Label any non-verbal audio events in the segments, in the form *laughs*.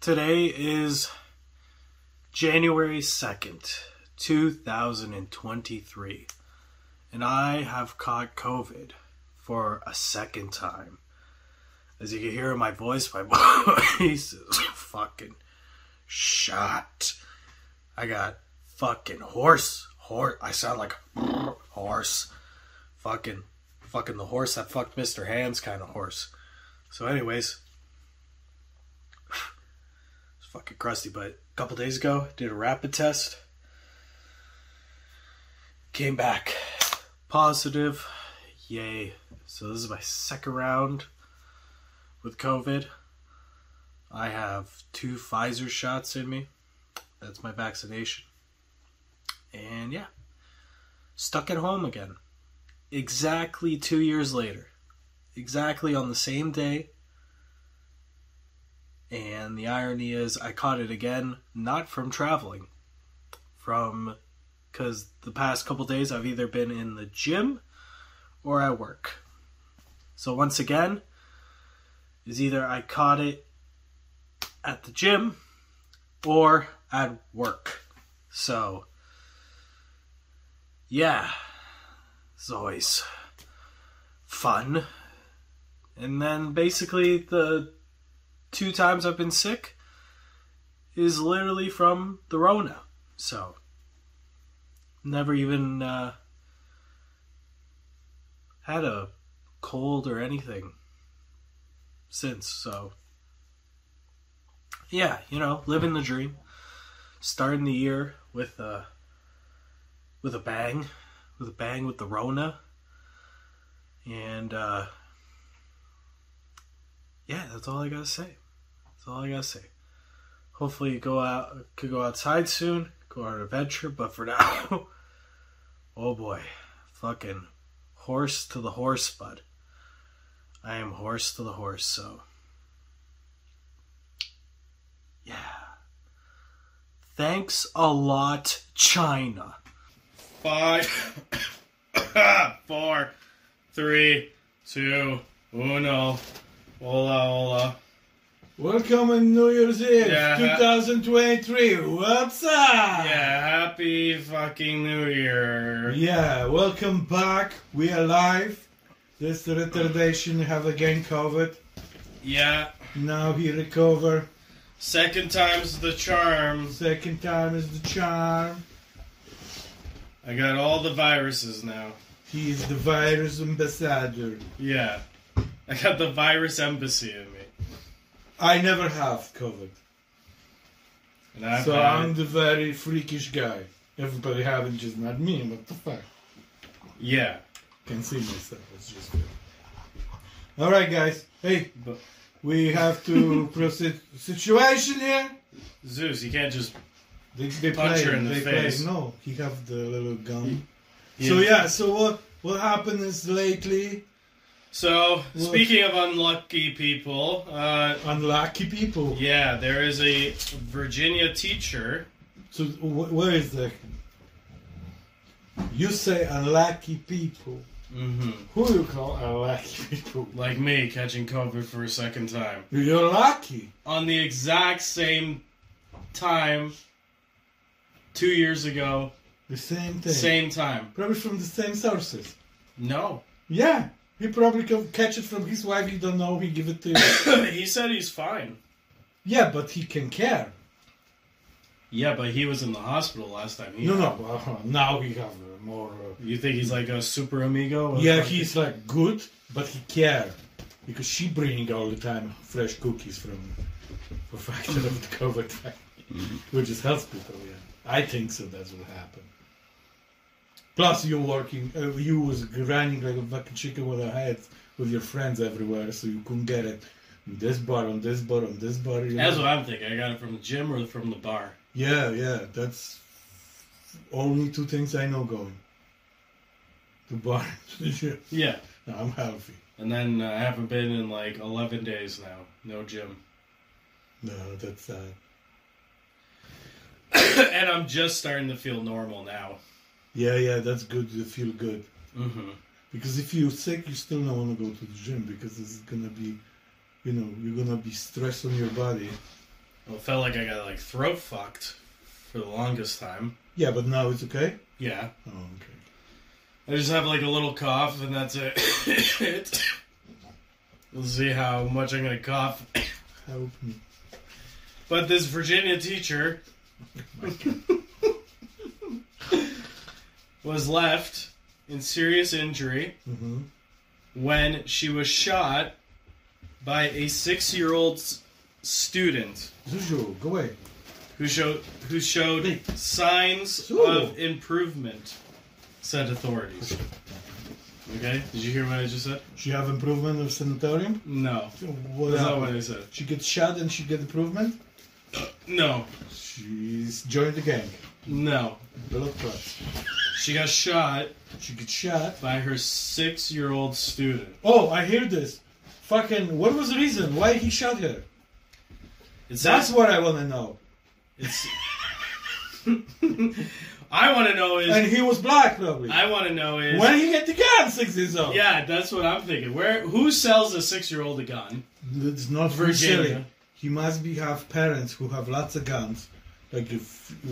Today is January 2nd, 2023, and I have caught COVID for a second time. As you can hear in my voice, my *laughs* voice is fucking shot. I got fucking horse. Horse. I sound like a *laughs* horse. Fucking, fucking the horse that fucked Mr. Hands kind of horse. So, anyways, it's fucking crusty. But a couple days ago, did a rapid test. Came back positive. Yay. So this is my second round with COVID. I have two Pfizer shots in me. That's my vaccination. And yeah, stuck at home again. Exactly two years later. Exactly on the same day. And the irony is, I caught it again, not from traveling, from because the past couple days I've either been in the gym or at work. So once again, is either I caught it at the gym or at work. So, yeah, it's always fun. And then basically, the two times I've been sick is literally from the Rona. So, never even uh, had a cold or anything since. So, yeah, you know, living the dream, starting the year with a with a bang, with a bang with the Rona, and uh, yeah, that's all I gotta say. That's all I gotta say. Hopefully, you go out, could go outside soon, go on an adventure. But for now, *laughs* oh boy, fucking horse to the horse, bud. I am horse to the horse, so yeah. Thanks a lot, China. Five, *coughs* four, three, two, uno. Hola, hola. Welcome in New Year's Eve Yeah. 2023. What's up? Yeah. Yeah, happy fucking New Year. welcome back. We are live. This retardation have again COVID. Yeah, Now he recover. second time's the charm. Second time is the charm. I got all the viruses now. He is the virus ambassador. Yeah, I got the virus embassy in me, I never have COVID, and I've so um, had- I'm the very freakish guy. Everybody have it, just not me. What the fuck? yeah. Can see myself. It's just good. All right, guys. Hey, But we have to proceed. Situation here. Zeus, you can't just They, they Punch play, her in the they face. Play. No, he have the little gun. Yeah. So yeah, so what what happened is lately So, Well- speaking of unlucky people, uh, unlucky people. yeah, there is a Virginia teacher. So wh- where is the? You say unlucky people. hmm Who you call unlucky people? Like me, catching COVID for a second time. You're lucky. On the exact same time, two years ago, The same thing. same time. Probably from the same sources. No. Yeah, he probably can catch it from his wife. He don't know. He give it to. you. he said he's fine. yeah, but he can care. Yeah, but he was in the hospital last time. He, No, no. uh, now he have uh, more. Uh, You think he's like a super amigo? Yeah, he's like good, but he care because she bringing all the time fresh cookies from *laughs* for factor of the COVID factory, which is hospital. Yeah, I think so. That's what happened. Plus, you're working. Uh, you was grinding like a fucking chicken with a head with your friends everywhere, so you couldn't get it. in This bar, on this bar, on this bar. You That's know? what I'm thinking. I got it from the gym or from the bar. Yeah, yeah. That's only two things I know going. The bar, *laughs* the gym. Yeah. No, I'm healthy. And then uh, I haven't been in like 11 days now. No gym. No, that's uh, and I'm just starting to feel normal now. yeah, yeah, that's good. You feel good Mm-hmm. because if you're sick, you still don't want to go to the gym because it's gonna be, you know, you're gonna be stressed on your body, Well, it felt like I got like throat fucked for the longest time. Yeah, but now it's okay. Yeah. Oh, okay. I just have like a little cough and that's it. *coughs* we'll see how much I'm gonna cough. Help me. *laughs* But this Virginia teacher was left in serious injury Mm-hmm. when she was shot by a six-year-old s- student Zuzu, go away. who showed who showed signs Ooh. of improvement, said authorities. Okay, did you hear what I just said? She have improvement of sanitarium? No, What that's not happened? what I said. She gets shot and she get improvement? No, She's joined the gang. no, Blood clutch. she got shot She gets shot. by her six-year-old student. Oh, I hear this. Fucking, what was the reason? Why he shot her? It's That's what I want to know. It's. *laughs* I want to know is. And he was black, probably. I want to know is. When he get the gun, six years old. Yeah, that's what I'm thinking. Where who sells a six year old a gun? It's not Virginia. Virginia. He must be have parents who have lots of guns, like if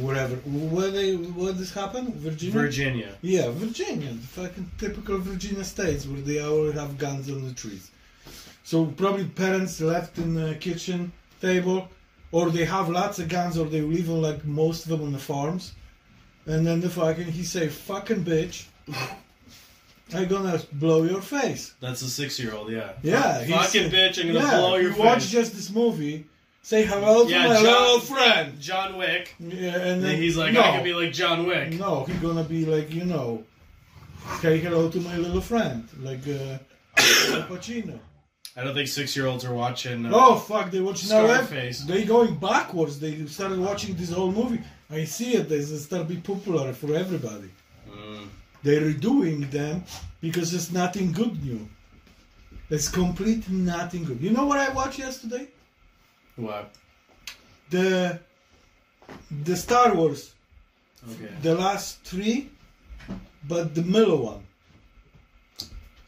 whatever. Where they? Where this happened? Virginia. Virginia. Yeah, Virginia. The fucking typical Virginia states where they all have guns on the trees. So probably parents left in the kitchen table, or they have lots of guns, or they live on like most of them on the farms. And then the fucking he say, "Fucking *laughs* bitch, I gonna blow your face." That's a six year old. Yeah. Yeah, Fuck- he's- Fucking bitch! I'm gonna blow your you watch face. just this movie, say hello to Yeah, my John- little friend. John Wick. Yeah, and And then then he's like, no, I could be like John Wick. no, he's gonna be like, you know, say hello to my little friend, like uh, *coughs* Al Pacino. I don't think six year olds are watching. Uh, Oh fuck, they watch now. eh? Scarface. They going backwards. They started watching this whole movie. I see it. They start be popular for everybody. Mm. They're redoing them because there's nothing good new. It's complete nothing good. You know what I watched yesterday? What? the the Star Wars, Okay. the last three, but the middle one.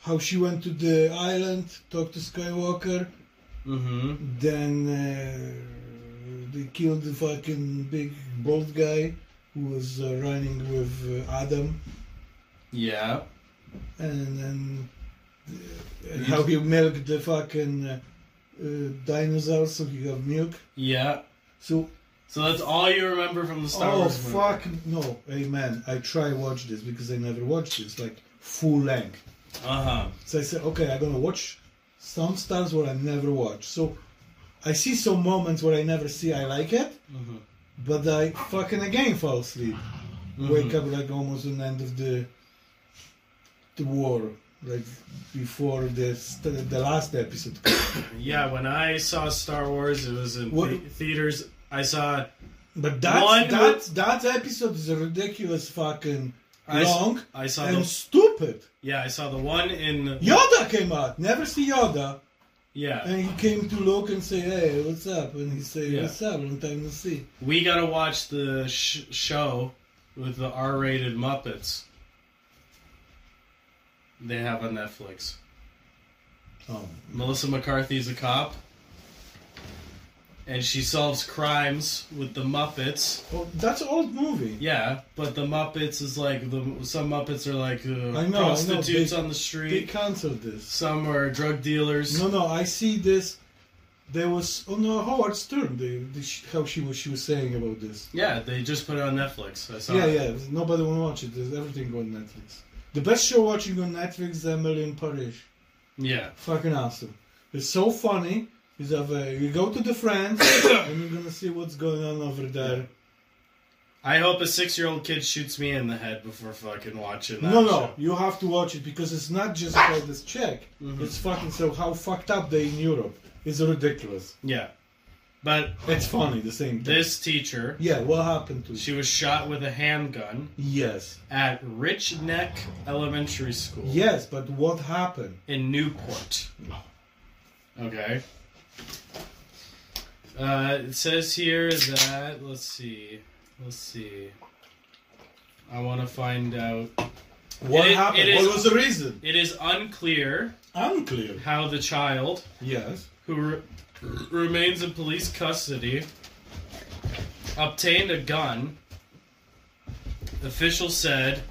How she went to the island, talked to Skywalker, Mm-hmm. then uh, they killed the fucking big bald guy who was uh, running with uh, Adam, Yeah. and then uh, and how he milked the fucking uh, uh, dinosaurs so he got milk. Yeah. So So that's all you remember from the Star oh, Wars movie. fuck no, amen. I try watch this because I never watched this like full length. Uh huh. So I said, okay, I'm gonna watch some stars where I never watch. So I see some moments where I never see. I like it, Mhm. but I fucking again fall asleep. Mm-hmm. Wake up like almost an end of the the war, like before the st- the last episode. *coughs* Mm-hmm. Yeah. When I saw Star Wars, it was in What- the- theaters. I saw it. But that's One that that episode is a ridiculous fucking I s- long I saw and the stupid. yeah. I saw the one in Yoda came out. Never see Yoda. yeah. And he came to look and say, "Hey, what's up?" And he say, Yeah. "What's up? Long time no see." We gotta watch the sh- show with the R-rated Muppets. They have on Netflix. Oh, Melissa McCarthy's a cop, and she solves crimes with the Muppets. oh that's an old movie. Yeah, but the Muppets is like the some Muppets are like uh, I know, I know, prostitutes they- on the They street. canceled this. Some are drug dealers. No, no, I see this. There was oh no Howard Stern. The, the sh- how she was she was saying about this. Yeah, they just put it on Netflix. I saw. Yeah, it. yeah. Nobody will watch it. There's everything on Netflix. The best show watching on Netflix is Emily in Paris. yeah. Fucking awesome. It's so funny. You have a, you go to the friends *coughs* and you're gonna see what's going on over there. I hope a six-year-old kid shoots me in the head before fucking watching that. No, no, show. you have to watch it because it's not just about this check. Mhm. It's fucking so how fucked up they in Europe. It's ridiculous. Yeah. But It's funny the same thing. this teacher, Yeah, what happened to? she was shot with a handgun yes, at Rich Neck Elementary School yes, but what happened? in Newport. Okay. Uh, it says here that let's see, let's see. I want to find out. What It- it happened? is- what was the reason? It is unclear Unclear. how the child Yes. who re- remains in police custody obtained a gun. Officials said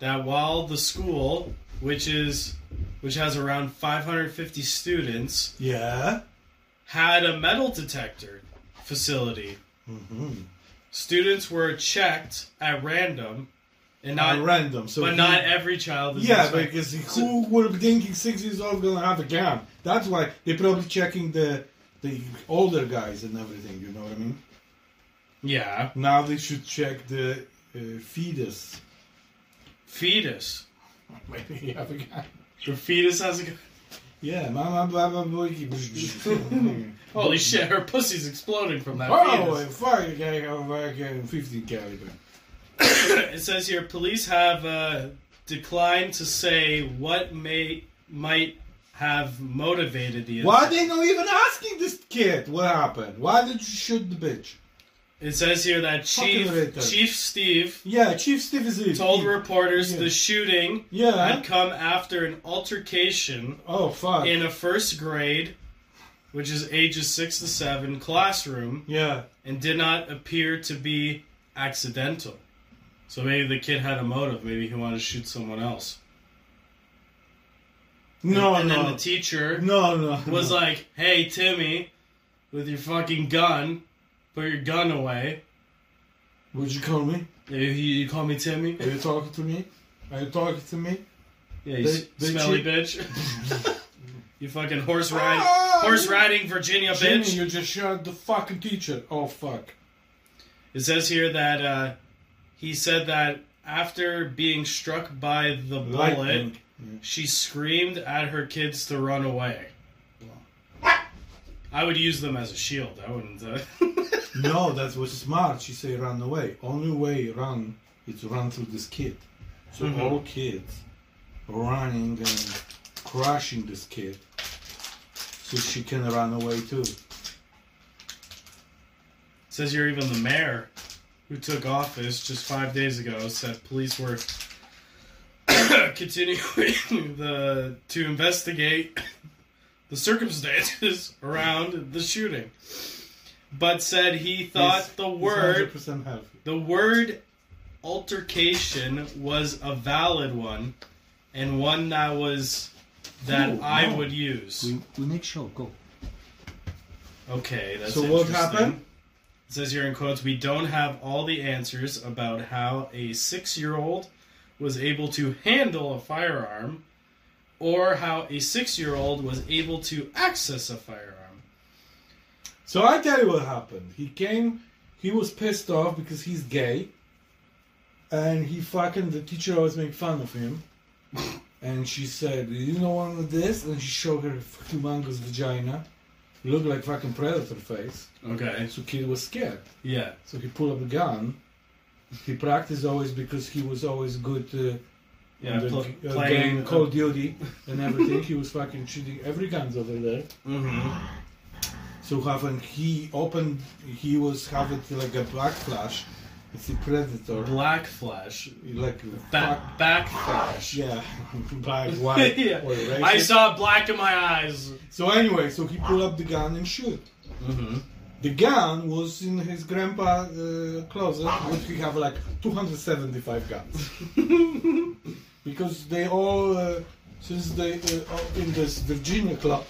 that while the school, which is which has around 550 students, Yeah. had a metal detector facility, Mm-hmm. students were checked at random, and not Not random. So but he- not every child. Is Yeah, inspected. because who would be thinking six years old gonna have a gun? That's why they're probably checking the the older guys and everything. You know what I mean? yeah, Now they should check the uh, fetus. *laughs* fetus. Maybe you have a gun. The fetus has a gun. Yeah, mama, baba, boogie. *laughs* Holy shit, her pussy's exploding from that Oh, fetus. fuck! You gotta go back in 15 caliber. it says here police have uh, declined to say what may might have motivated the Why incident. they not even asking this kid what happened? Why did you shoot the bitch? It says here that Chief Fucking retard. Chief Steve Yeah, Chief Steve is it. told reporters Yeah. the shooting Yeah. had come after an altercation Oh fuck. in a first grade, which is ages six to seven, classroom, Yeah. and did not appear to be accidental. So maybe the kid had a motive. Maybe he wanted to shoot someone else. No, and no. then the teacher no, no. was no. like, "Hey, Timmy, with your fucking gun, put your gun away." Would you call me? You, you call me Timmy? Are you talking to me? Are you talking *laughs* to me? Yeah, you They- s- they smelly cheat- bitch. *laughs* you fucking horse ride, Ah! horse riding Virginia Jimmy, bitch. you just shot the fucking teacher. Oh fuck. It says here that uh, he said that after being struck by the bullet, Lightning. Yeah. she screamed at her kids to run away. I would use them as a shield. I wouldn't. Uh... *laughs* No, that was smart. She said run away. Only way run is run through this kid. So Mhm. all kids running and crushing this kid. So she can run away too. Says here even the mayor, who took office just five days ago, said police were *coughs* continuing *laughs* the to investigate the circumstances *laughs* around the shooting, but said he thought He's- the he's word 100% healthy. the word altercation was a valid one, and one that was that Ooh, I no. would use. We, we make sure. Go. Okay, that's So what interesting. happened? It says here in quotes, we don't have all the answers about how a six-year-old was able to handle a firearm, or how a six-year-old was able to access a firearm. So I tell you what happened. He came, he was pissed off because he's gay, and he fucking the teacher always make fun of him. And she said, "You know one of this?" And she showed her humongous vagina, looked like fucking predator face. Okay. And so kid was scared. Yeah. So he pulled up a gun. He practiced always because he was always good uh, Yeah. on the, pl- uh, playing game Call of Duty and everything. he was fucking shooting every guns over there. Mhm. So having he opened, he was having like a black flash. It's a predator, Black flash. like Back. fuck- Back flash. yeah, *laughs* black, white, *laughs* Yeah. or racist. I saw black in my eyes. so anyway, so he pulled up the gun and shoot. Mm-hmm. The gun was in his grandpa uh, closet, which he have like 275 *laughs* guns because they all uh, since they uh, all in this Virginia club,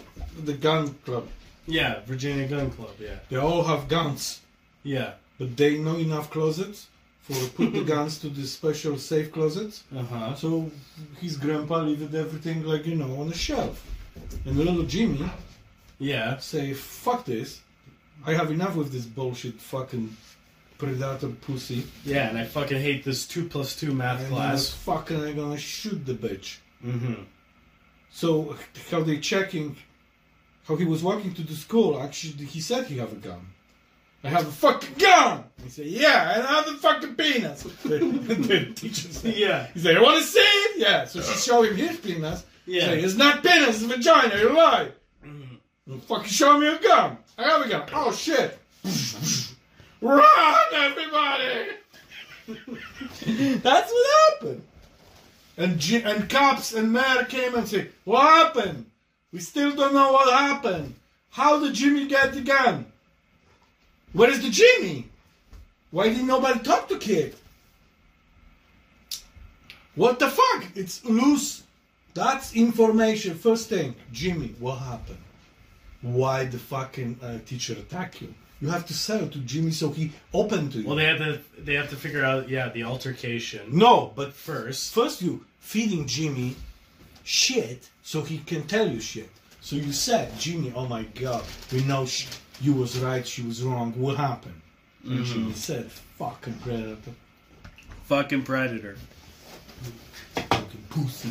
the gun club, yeah, Virginia Gun Club. Yeah. they all have guns. Yeah. but they know enough closets for put the guns to the special safe closets. Uh huh. So his grandpa leaved everything like you know on the shelf. And little Jimmy Yeah. say, "Fuck this! I have enough with this bullshit fucking predator pussy." Yeah, and I fucking hate this two plus two math And I'm class. fucking, I'm gonna shoot the bitch. Mm-hmm. So how they checking? How he was walking to the school? Actually, he said he have a gun. I have a fucking gun. He said, "Yeah, I have a fucking penis." *laughs* the, the teacher said, Yeah, He's like, I want to see it. Yeah. So she showed him his penis. He's yeah. like, it's not penis, it's vagina. You're lying. Mhm. You fucking show me a gun. I have a gun. Oh shit. Run, everybody. *laughs* That's what happened. And G- and cops and mayor came and said, what happened? We still don't know what happened. How did Jimmy get the gun? Where is the Jimmy? Why didn't nobody talk to kid? What the fuck? It's loose. That's information. First thing, Jimmy, what happened? Why the fucking uh, teacher attack you? You have to sell it to Jimmy so he open to you. Well, they have to they have to figure out yeah the altercation no, but first. first you feeding Jimmy shit so he can tell you shit. So you said, Jimmy, oh my god, we know sh- you was right, she was wrong. What happened? And Jimmy said, fucking predator, Fucking predator. fucking pussy.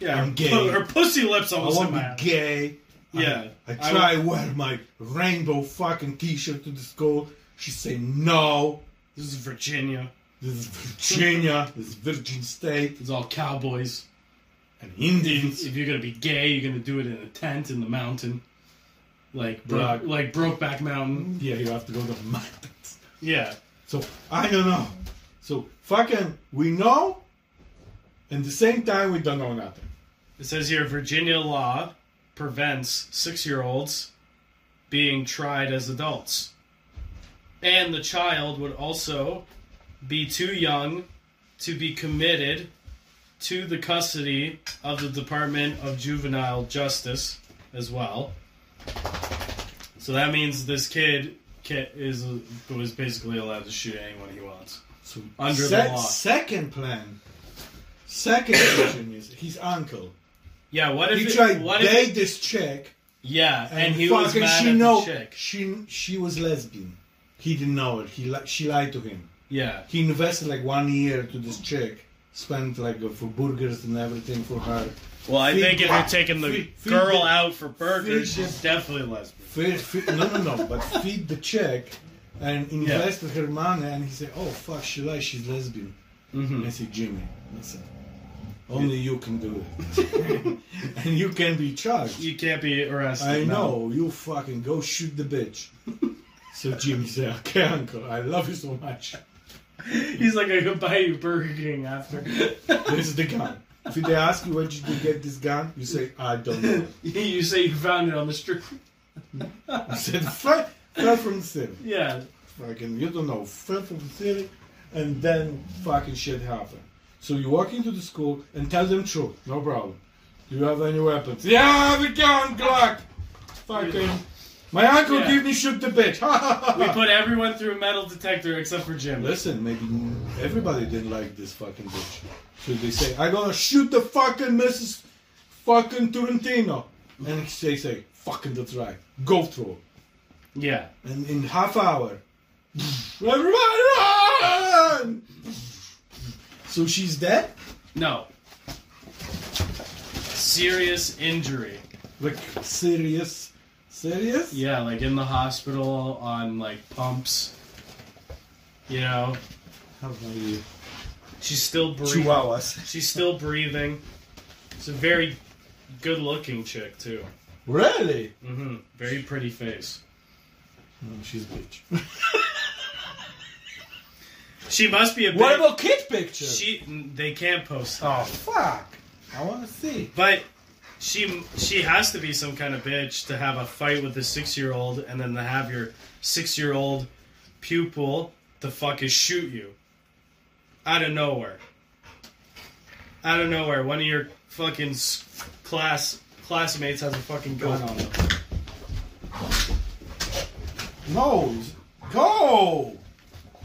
Yeah, I'm gay. pu- Her pussy lips I almost in want my to be gay. Yeah, I, I I try wear my rainbow fucking t-shirt to the school. She say no. This is Virginia. This is Virginia. this is Virgin State It's all cowboys. and Indians. If you're gonna be gay, you're gonna do it in a tent in the mountain, like bro- Right. like Brokeback Mountain. Yeah, you have to go to the mountains. Yeah, So I don't know. So fucking we know, and the same time we don't know nothing. it says here Virginia law prevents six-year-olds being tried as adults, and the child would also be too young to be committed to the custody of the Department of Juvenile Justice as well. So that means this kid kid is was basically allowed to shoot anyone he wants. So Under the law. second plan, *coughs* second vision is his uncle. Yeah, what if He it- tried what if date it- this chick. yeah, and, he fucking was mad she at know the chick. she she was lesbian. He didn't know it. He li- she lied to him. Yeah, He invested like one year to this chick, spent like for burgers and everything for her. Well, I Feed- think if you're taking the feed- feed girl the- out for burgers, feed the- she's definitely lesbian. Feed, feed, no, no, no, but feed the chick and invested her money. And he said, "Oh fuck, she lied. She's lesbian." Mm-hmm. I said, "Jimmy, listen, only you can do it, *laughs* and you can be charged." You can't be arrested. I no. know, you fucking go shoot the bitch. so Jimmy said, okay, uncle, I love you so much. *laughs* He's like, I could buy you Burger King after. *laughs* This is the gun. If they ask you where did you get this gun, you say, I don't know. you say you found it on the street. I said, fly, fly from the city. Yeah, Fucking, you don't know, fly from the city, and then fucking shit happened. So you walk into the school and tell them truth, no problem. Do you have any weapons? Yeah, I have a gun, Glock! Fucking, my uncle Yeah. gave me shoot the bitch. *laughs* Ah. we put everyone through a metal detector except for Jim. Listen, maybe everybody didn't like this fucking bitch. So they say, I'm gonna shoot the fucking Mrs. fucking Turentino. And they say, fucking that's right. Go through. Yeah, And in half hour, everybody run! So she's dead? no. Serious injury. Like, serious? Serious? Yeah, like in the hospital on like pumps. You know, How about you? she's still breathing. Chihuahuas. She's still breathing. She's a very good-looking chick too. Really? hmm Very pretty face. No, she's bitch. She must be a. Big, what about kid picture? she? They can't post. That. Oh, fuck. I wanna see. But she she has to be some kind of bitch to have a fight with a six-year-old and then to have your six-year-old pupil to fucking shoot you out of nowhere. Out of nowhere, one of your fucking s- class classmates has a fucking gun on them. No, go!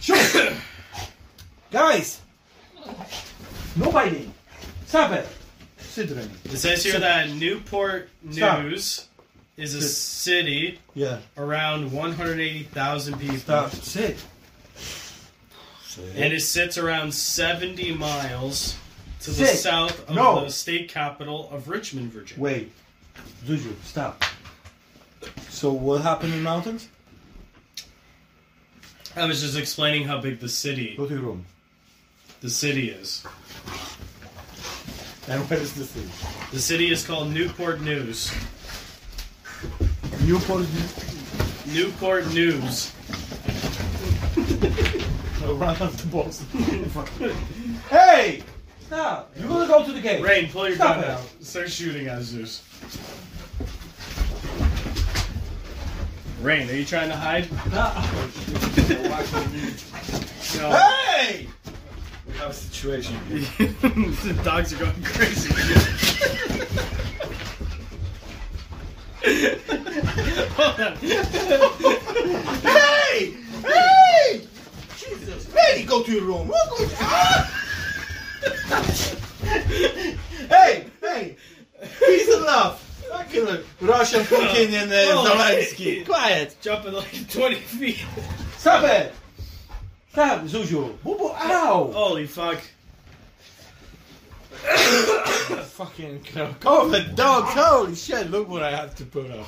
Shoot! *coughs* Guys! Nobody! Stop it! Sit there. It says here that Newport Stop. News is a Sit. city Yeah, around 180,000 people, stop. Sit. Sit. and it sits around 70 miles to the Sit. south of No. the state capital of Richmond, Virginia. Wait. Zuzu, stop. So what happened in mountains? I was just explaining how big the city Go to your room. the city is. And where is the city? The city is called Newport News. Newport. Newport News. No, run off the balls. *laughs* hey! Stop! You're gonna go to the gate. Rain, pull your Stop gun it. out. Start shooting at Zeus. Rain, are you trying to hide? Ah. *laughs* No. Hey! We have a situation. *laughs* *laughs* the dogs are going crazy. *laughs* Hold on. Hey! Hey! Jesus, Lady, go to your Ah! room. What going Hey! Hey! Peace and love. Fucking look, Russian Putin and uh, Oh, Zelensky. shit. Quiet. Jumping like 20 feet. Stop it. Stop, Zuzu. Bubu, ow. Holy fuck. Fucking crap. COVID dogs, Oh, holy shit, look. Look what I have to put up.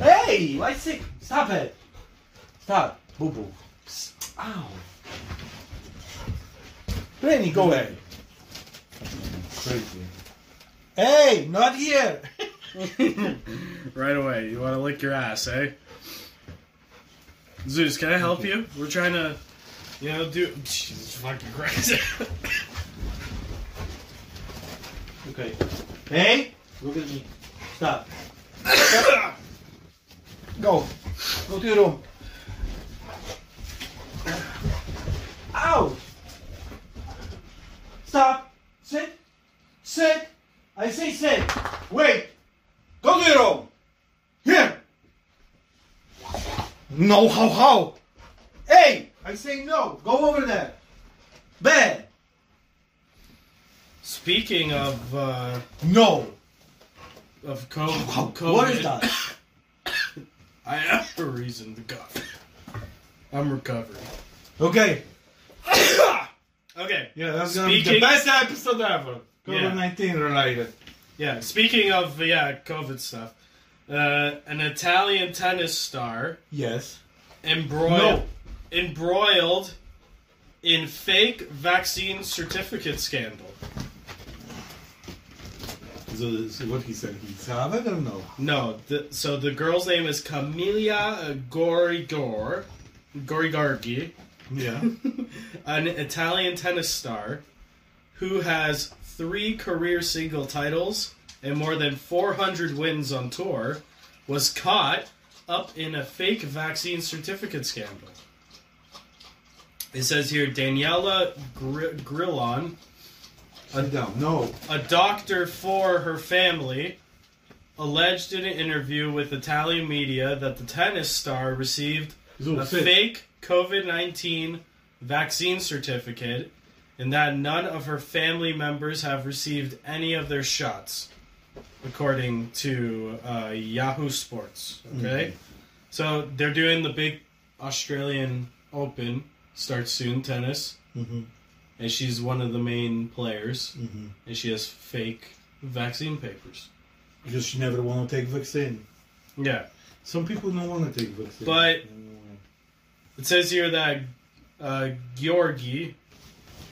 Hey! Why sick? Stop it. Stop, Bubu. Psst, Ow. Lenny, go away. Crazy. Hey, not here. *laughs* right away. You want to lick your ass, eh? Zeus, can I help you? We're trying to, you know, do. Jesus fucking Christ. *laughs* Okay. Hey, look at me. Stop. Go. Go to your room. Ow! Stop. Sit. Sit. I say sit. Wait. Go to your room. Here. No, how, how? Hey, I say no. Go over there. Bed. Speaking of uh, No. of co- *laughs* COVID, What is that? I have a reason to go. I'm recovering. Okay. Okay. *coughs* Yeah, that's gonna be Speaking- the best episode ever. COVID 19 related. Yeah, speaking of yeah COVID stuff, uh, an Italian tennis star Yes. embroiled embroiled in fake vaccine certificate scandal. So, so what he said, he's Harvard or no? No, the, so the girl's name is Camilla Gorigor, Gorigargi, *laughs* Yeah. an Italian tennis star who has three career single titles and more than 400 wins on tour, was caught up in a fake vaccine certificate scandal. It says here Daniela Gr- Grillon Sit down. No. a doctor for her family alleged in an interview with Italian media that the tennis star received So, a sit. fake COVID 19 vaccine certificate and that none of her family members have received any of their shots, according to uh, Yahoo Sports. Okay? So they're doing the big Australian Open, starts soon, tennis. Mhm. And she's one of the main players Mhm. and she has fake vaccine papers. Because she never want to take vaccine. Yeah. Some people don't want to take vaccine. But- It says here that uh, Georgi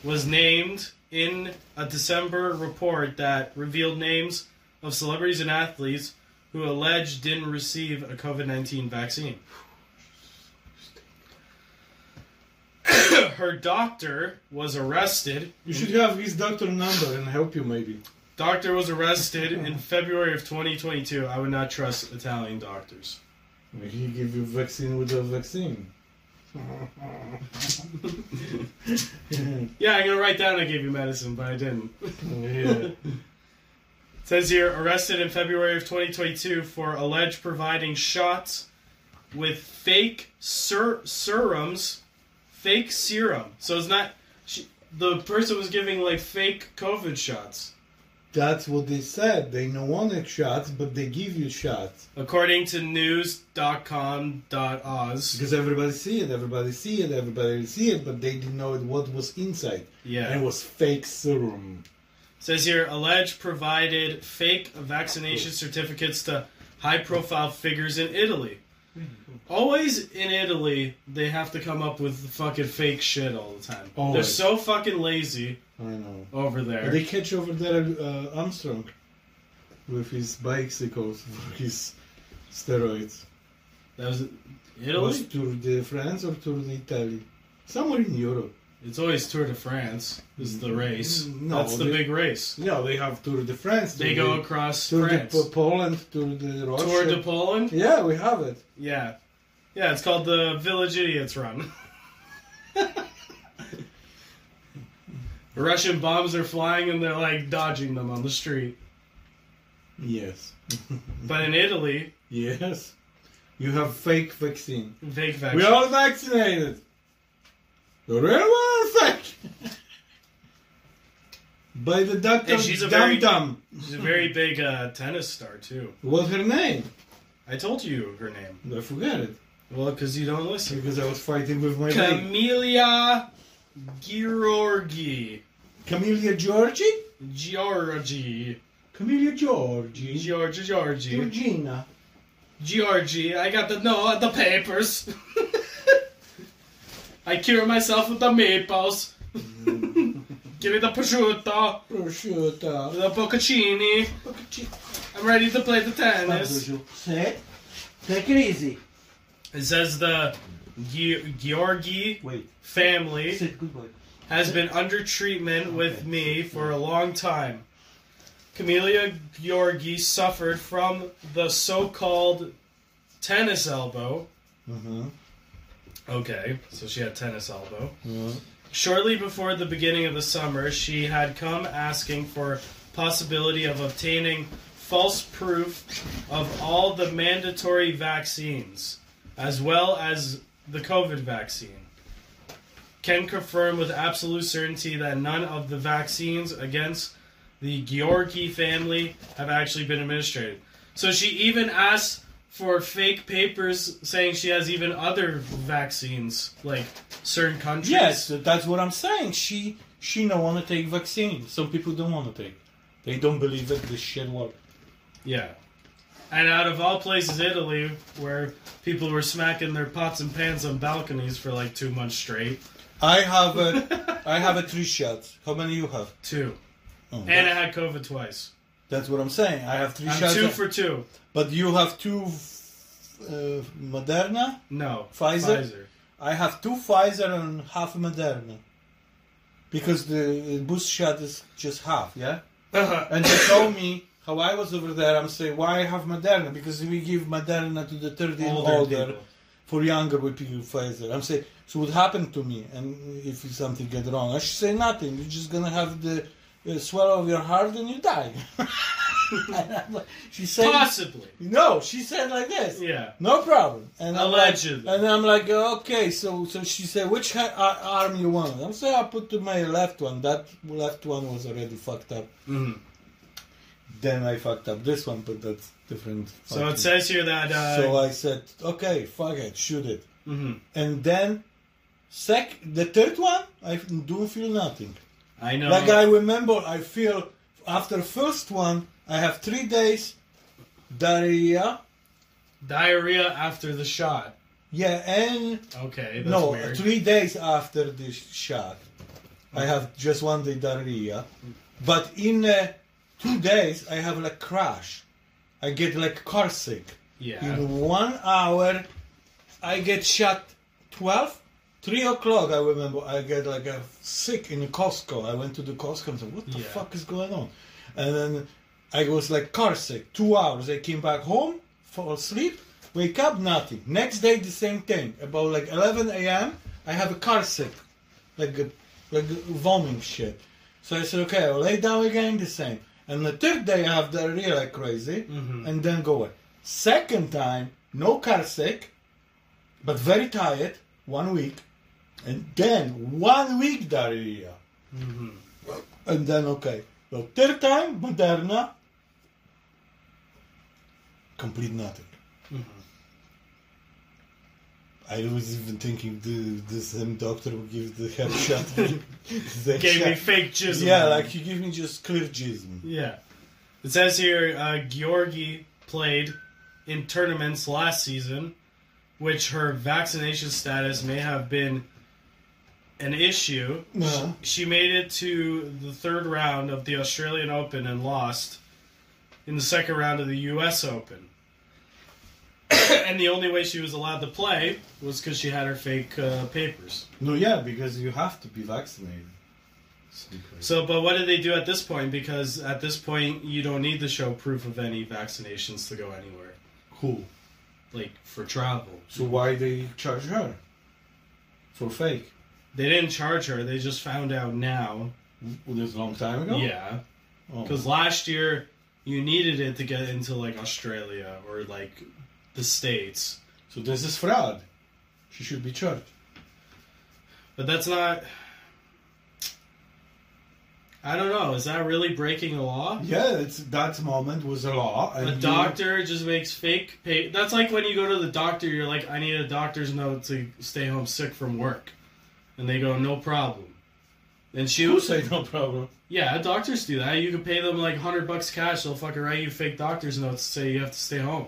was named in a December report that revealed names of celebrities and athletes who alleged didn't receive a COVID 19 vaccine. *coughs* Her doctor was arrested. you should have his doctor number and help you maybe. Doctor was arrested in February of 2022. I would not trust Italian doctors. Maybe he give you vaccine without vaccine. *laughs* *laughs* Yeah, I'm gonna write down I gave you medicine, but I didn't. yeah. It says here arrested in February of 2022 for alleged providing shots with fake ser- serums, fake serum. So it's not she, the person was giving like fake COVID shots, That's what they said. They don't want it shots, but they give you shots. according to news.com.oz. Because everybody see it, everybody see it, everybody see it, but they didn't know what was inside. And Yeah, it was fake serum. says here alleged provided fake vaccination certificates to high-profile figures in Italy. Always in Italy, they have to come up with fucking fake shit all the time. They're Always. so fucking lazy I know. over there. They catch over there uh, Armstrong with his bicycles *laughs* for his steroids. that was Italy. Was Tour de France or Tour de Italy? Somewhere in Europe. it's always Tour de France is the race. Mm, No, That's the they- big race. Yeah, they have Tour de France. Tour They go de- across Tour de France. Po- Poland, Tour de Russia. Tour de Poland. Yeah, we have it. Yeah, Yeah, it's called the Village Idiots Run. *laughs* Russian bombs are flying and they're like dodging them on the street. Yes. *laughs* But in Italy, Yes. You have fake vaccine. fake vaccine. We are vaccinated. The real one are fake. By the doctor And she's a very- Dum Dum. She's a very big uh, tennis star too. What's her name? I told you her name. I forgot it Well, because you don't listen. because I was fighting with my leg. Camelia Giorgi. Camellia Georgie. Giorgi. Camellia Georgie. Giorgi, Giorgi. Georgina. Giorgi, I got the no the papers. *laughs* I cure myself with the meatballs. *laughs* Give me the prosciutto, Prosciutto. the bocconcini. I'm ready to play the tennis. Prosciutto. Sit. Take it easy. It says the Gi- Giorgi Wait. family. Sit. Good boy. has been under treatment with Okay. me for a long time. Camelia Giorgi suffered from the so called tennis elbow. Uh-huh. Okay, so she had tennis elbow. Yeah. Shortly before the beginning of the summer, she had come asking for possibility of obtaining false proof of all the mandatory vaccines, as well as the COVID vaccine. Can confirm with absolute certainty that none of the vaccines against the Georgi family have actually been administered. So she even asked for fake papers saying she has even other vaccines, like certain countries. Yes, that's what I'm saying. She she don't want to take vaccine. Some people don't want to take. They don't believe that this shit works. Yeah. And out of all places, Italy, where people were smacking their pots and pans on balconies for like two months straight, I have a I have a three shots. How many you have? two. Oh, And I had COVID twice. that's what I'm saying. I have 3 I'm shots. two for two. but you have two uh, Moderna. No. Pfizer? I have two Pfizer and half Moderna. Because the boost shot is just half, yeah. *laughs* Pfizer. And they *coughs* told me how I was over there. I'm saying why I have Moderna because we give Moderna to the 13 Older older. people. for younger with you Pfizer. I'm saying, so what happened to me? And if something get wrong, I should say nothing. You're just gonna have the uh, swallow of your heart and you die. *laughs* And I'm like- she said, Possibly. no, she said like this. Yeah. No problem. And I'm like- Allegedly. and I'm like, okay, so so she said, which ha- ar- arm you want? I'm saying, I put to my left one. That left one was already fucked up. Mhm. Then I fucked up this one, but that's different. So fucking- it says here that. Uh, So I said, okay, fuck it, shoot it mhm. and then sec the third one i don't feel nothing I know. like i remember i feel after first one i have three days diarrhea Diarrhea after the shot. yeah and Okay, that's no weird. three days after this shot i have just one day diarrhea but in uh, two days i have like crash i get like car sick yeah. in one hour i get shot 12 3 o'clock i remember i get like a sick in costco i went to the costco and said what the Yeah. fuck is going on and then i was like car sick two hours i came back home fall asleep wake up nothing next day the same thing about like 11 a.m i have a car sick like a, like a vomiting shit so i said okay i'll lay down again the same and the third day i have diarrhea like crazy Mhm. and then go away Second time, no car sick, but very tired, one week, and then one week diarrhea. Mhm. And then, okay. So, third time, Moderna, complete nothing. Mhm. Mm-hmm. I was even thinking the, the same doctor would give the head *laughs* shot. the Gave me shot. fake jism. Yeah, like he gave me just clear jism. Yeah. It says here uh, Georgi played in tournaments last season, which her vaccination status may have been an issue. Uh-huh. She made it to the third round of the Australian Open and lost in the second round of the US Open. *coughs* and the only way she was allowed to play was because she had her fake uh, papers. No, yeah, because you have to be vaccinated. So, but what do they do at this point? Because at this point, you don't need to show proof of any vaccinations to go anywhere. Who? like for travel. So why they charge her? For fake? They didn't charge her. They just found out now. Well, this long time ago? Yeah. Oh. Because last year you needed it to get into like Australia or like the states, So this is fraud. She should be charged. but that's not. I don't know. Is that really breaking the law? Yeah, it's, that moment was a law. And A you- doctor just makes fake pay. That's like when you go to the doctor, you're like, I need a doctor's note to stay home sick from work, and they go, no problem. And she You was say no problem. Yeah, doctors do that. You can pay them like hundred bucks cash. They'll fucking write you fake doctors notes to say you have to stay home.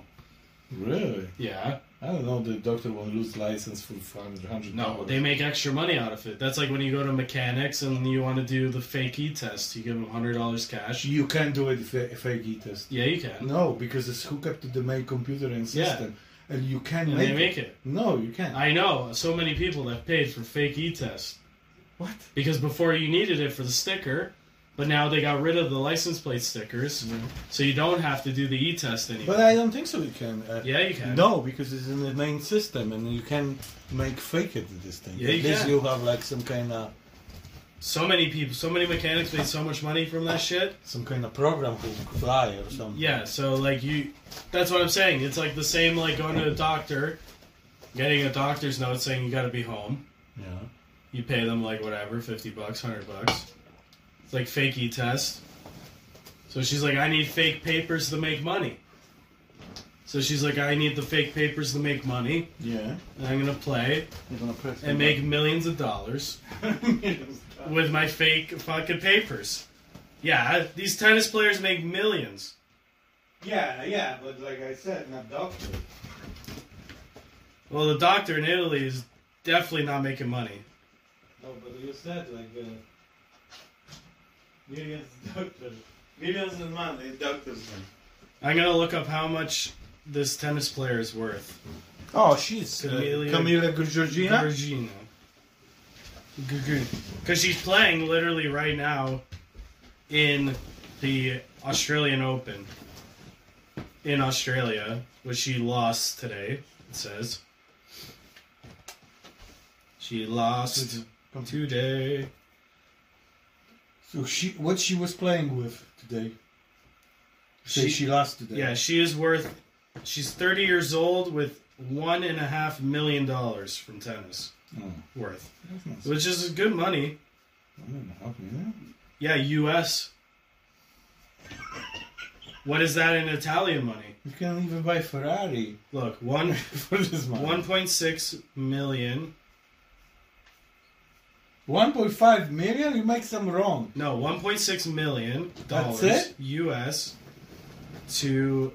Really? Yeah. I don't know. The doctor won't lose license for five hundred No, they make extra money out of it. That's like when you go to mechanics and you want to do the fake e test. You give them hundred dollars cash. You can do it if if I get test. Yeah, you can. No, because it's hooked up to the main computer and Yeah. system, and you can And make. they make it. No, you can't. I know so many people that paid for fake e test What? because before you needed it for the sticker, but now they got rid of the license plate stickers, so you don't have to do the e test anymore. But I don't think so. You can. Uh, yeah, you can. No, because it's in the main system, and you can make fake it this thing. Yeah, At you least can. you have like some kind of So many people, so many mechanics made so much money from that shit. some kind of program who fly or something. Yeah, so like you, that's what I'm saying. It's like the same like going to a doctor, getting a doctor's note saying you got to be home. Yeah. You pay them like whatever, fifty bucks, hundred bucks. It's like fake e test. So she's like, I need fake papers to make money. So she's like, I need the fake papers to make money, Yeah. and I'm gonna play You're gonna press. and make millions of dollars with my fake fucking papers. Yeah, these tennis players make millions. *laughs* Yeah, yeah, but like I said, not doctor. Well, the doctor in Italy is definitely not making money. No, but you said like uh, millions doctor, millions a month is doctor's name. I'm gonna look up how much this tennis player is worth. Oh, she's uh, Camila- Camila Georgina. Virginia. Because she's playing literally right now in the Australian Open in Australia, which she lost today, it says. She lost today. So she, what she was playing with today? She, She- she lost today. Yeah, she is worth. She's 30 years old with one and a half million dollars from tennis Oh, worth, that's not which is good money. I don't know how many. Yeah, U.S. What is that in Italian money? You can even buy Ferrari *laughs* Look, one for this money. 1.6 million. One point five million? You make some wrong. No, 1.6 million That's dollars it? U.S. to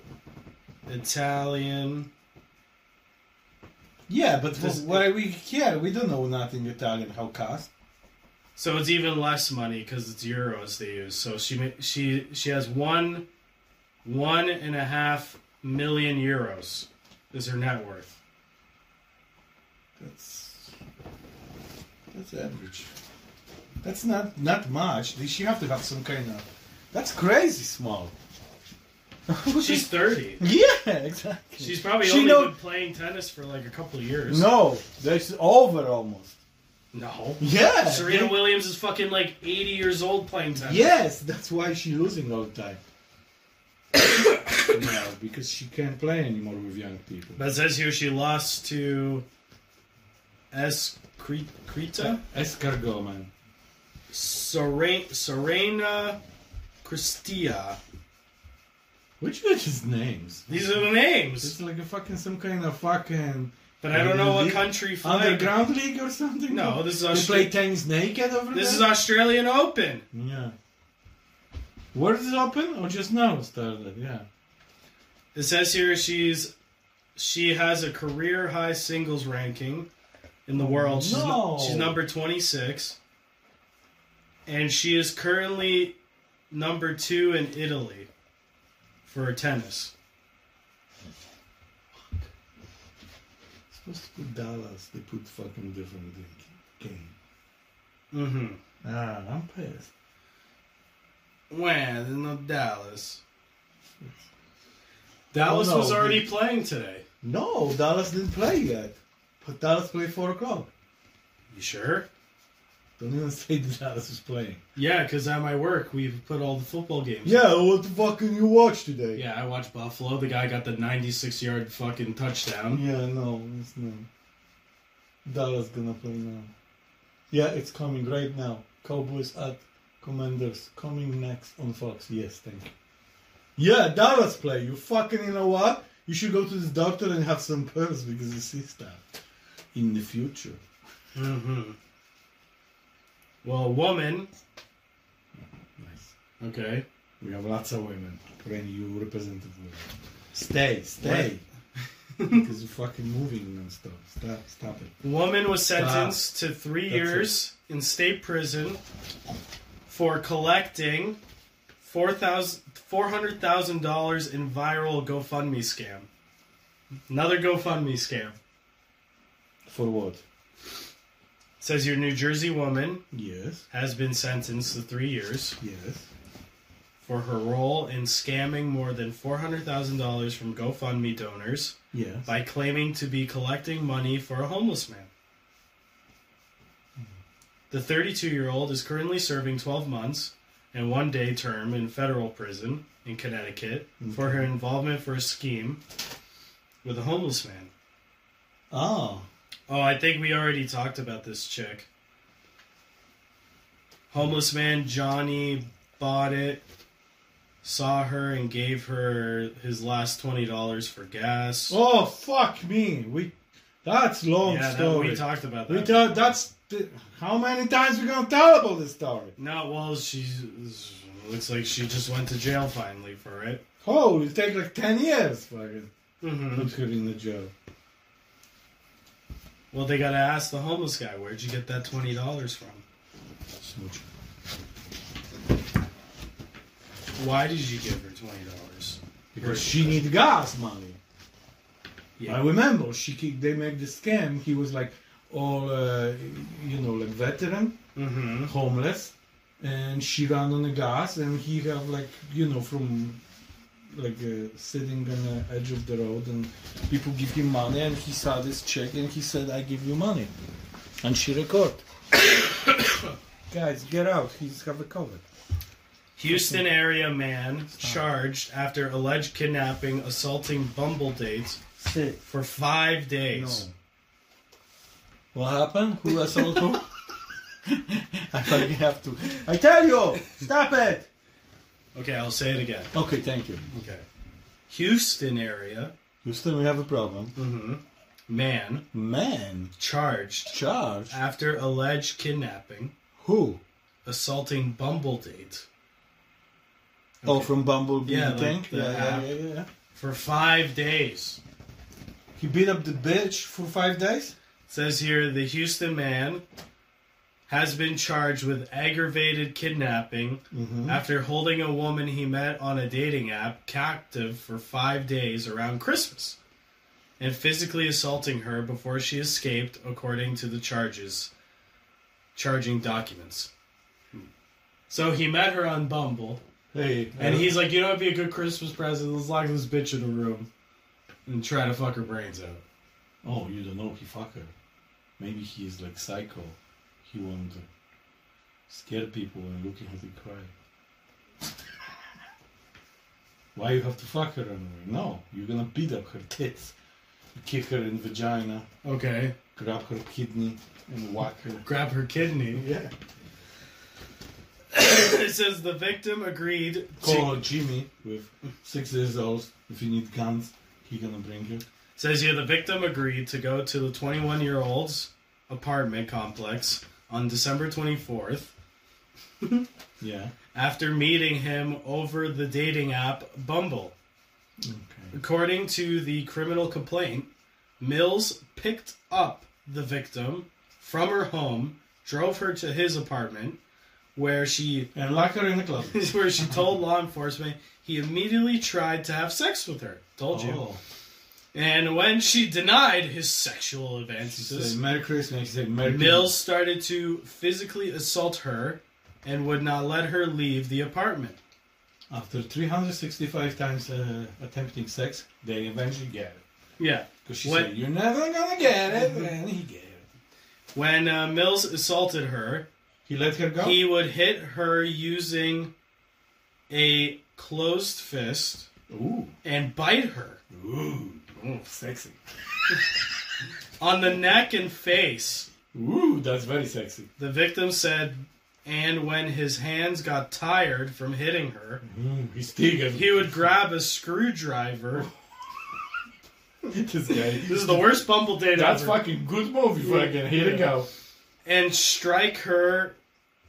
Italian. Yeah, but This- why we care? We don't know nothing Italian how cost. So it's even less money because it's euros they use. So she ma- she she has one one and a half million euros is her net worth. That's that's average. That's not not much. They- She have to have some kind of. That's crazy *laughs* small. She's thirty. *laughs* yeah, exactly. She's probably She only know- been playing tennis for like a couple of years. no. That's over almost. no. Yeah. Serena Williams is fucking like eighty years old playing tennis. Yes, that's why she losing all the time. *coughs* no, because she can't play anymore with young people. But it says here she lost to S. Cre- uh, Creta? Escargot, man. Seren- Serena Christia. Which are just names? These are the names. It's like a fucking some kind of fucking But I don't know what League- country flag. underground league or something. No, this is they play Australia. tennis naked over This is there. Australian Open. yeah. Where is it open or just now started? Yeah. It says here she's she has a career high singles ranking in the world. She's, No. she's number 26. And she is currently number 2 in Italy for tennis. Supposed to put Dallas. They put fucking different thing- game. Mhm. Ah, I'm pissed. When there's no Dallas. Dallas Oh, no, was already they- playing today. No, Dallas didn't play yet. But Dallas played four o'clock. You sure? Don't even *laughs* say that Dallas is playing. Yeah, because at my work we've put all the football games. Yeah, what the fuck can you watch today? Yeah, I watched Buffalo. The guy got the 96 yard fucking touchdown. Yeah, no, it's not. Dallas gonna play now. Yeah, it's coming right now. Cowboys at Commanders coming next on Fox. Yes, thank you. Yeah, Dallas play. You fucking you know what? You should go to the doctor and have some pills because you see stuff in the future. Mm-hmm. Well, woman. Nice. Okay. We have lots of women. When you represent the women. Stay, stay. *laughs* because you're fucking moving and stuff. Stop, stop it. Woman was sentenced to three That's years in state prison for collecting four thousand four hundred thousand dollars in viral GoFundMe scam. Another GoFundMe scam. For what? says your New Jersey woman Yes, has been sentenced to three years yes. for her role in scamming more than four hundred thousand dollars from GoFundMe donors Yes. by claiming to be collecting money for a homeless man. The 32 year old is currently serving 12 months and one day term in federal prison in Connecticut for her involvement for a scheme with a homeless man. Ah, Oh, I think we already talked about this chick. Homeless man Johnny bought it, saw her, and gave her his last $20 for gas. Oh fuck me! We that's long yeah, that- story. we talked about that. We tell- that's the, how many times we gonna tell about this story? No, well, she looks like she just went to jail finally for it. Oh, it take like ten years. Fucking Mm-hmm. put her in the jail. Well, they gotta ask the homeless guy, where'd you get that twenty dollars from? Smooch. Why did you give her twenty dollars? Because she need gas money. Yeah. I remember she kicked- they make the scam. He was like all uh, you know like veteran, Mm-hmm. homeless, and she ran on the gas, and he have like you know from like uh, sitting on the edge of the road, and people give him money, and he saw this check, and he said, "I give you money," and she record. *coughs* Guys, get out! He's have a COVID. Houston area man charged after alleged kidnapping, assaulting Bumble dates Sit. for five No. days. What happened? Who assaulted who? *laughs* I fucking have to. I tell you, stop it. Okay, I'll say it again. Okay, thank you. Okay. Houston area Houston, we have a problem. mhm, man Man, charged charge. after alleged kidnapping, Who? assaulting Bumble date Oh, from Bumblebee Yeah, like thing? the yeah, yeah, app. yeah, yeah. for five days. He beat up the bitch for five days? says here the Houston man has been charged with aggravated kidnapping Mm-hmm. after holding a woman he met on a dating app captive for five days around Christmas and physically assaulting her before she escaped, according to the charges, charging documents. So he met her on Bumble, Hey, and uh, he's like, "You know, it'd be a good Christmas present. Let's lock this bitch in a room and try to fuck her brains out." Oh, you don't know, he fuck her. Maybe he is like psycho. He want to scare people and look at him cry. *laughs* Why you have to fuck her anyway? No, you're gonna beat up her tits, kick her in vagina, Okay, grab her kidney, and whack her. grab her kidney. Yeah. it says the victim agreed to, Call Jimmy with six years old. If you need guns, he gonna bring you. says here the victim agreed to go to the 21 year old's apartment complex on December 24th Yeah. after meeting him over the dating app Bumble. Okay. According to the criminal complaint, Mills picked up the victim from her home, drove her to his apartment where she *laughs* And lock her in the closet. where she told law enforcement he immediately tried to have sex with her. Told you. Oh. And when she denied his sexual Say, advances, Merry Christmas. Say, Merry Mills started to physically assault her and would not let her leave the apartment. After 365 times uh, attempting sex, they eventually get it. Yeah. Because she What- said, You're never gonna get it. And he gave it. When uh, Mills assaulted her, He let her go? he would hit her using a closed fist Ooh. and bite her Ooh. Sexy. on the neck and face. Ooh, that's very sexy. The victim said, and when his hands got tired from hitting her, Ooh, he's tigger. he would grab a screwdriver. *laughs* this guy. *laughs* This is the worst Bumble date That's ever. fucking good movie, fucking. Here we go. and strike her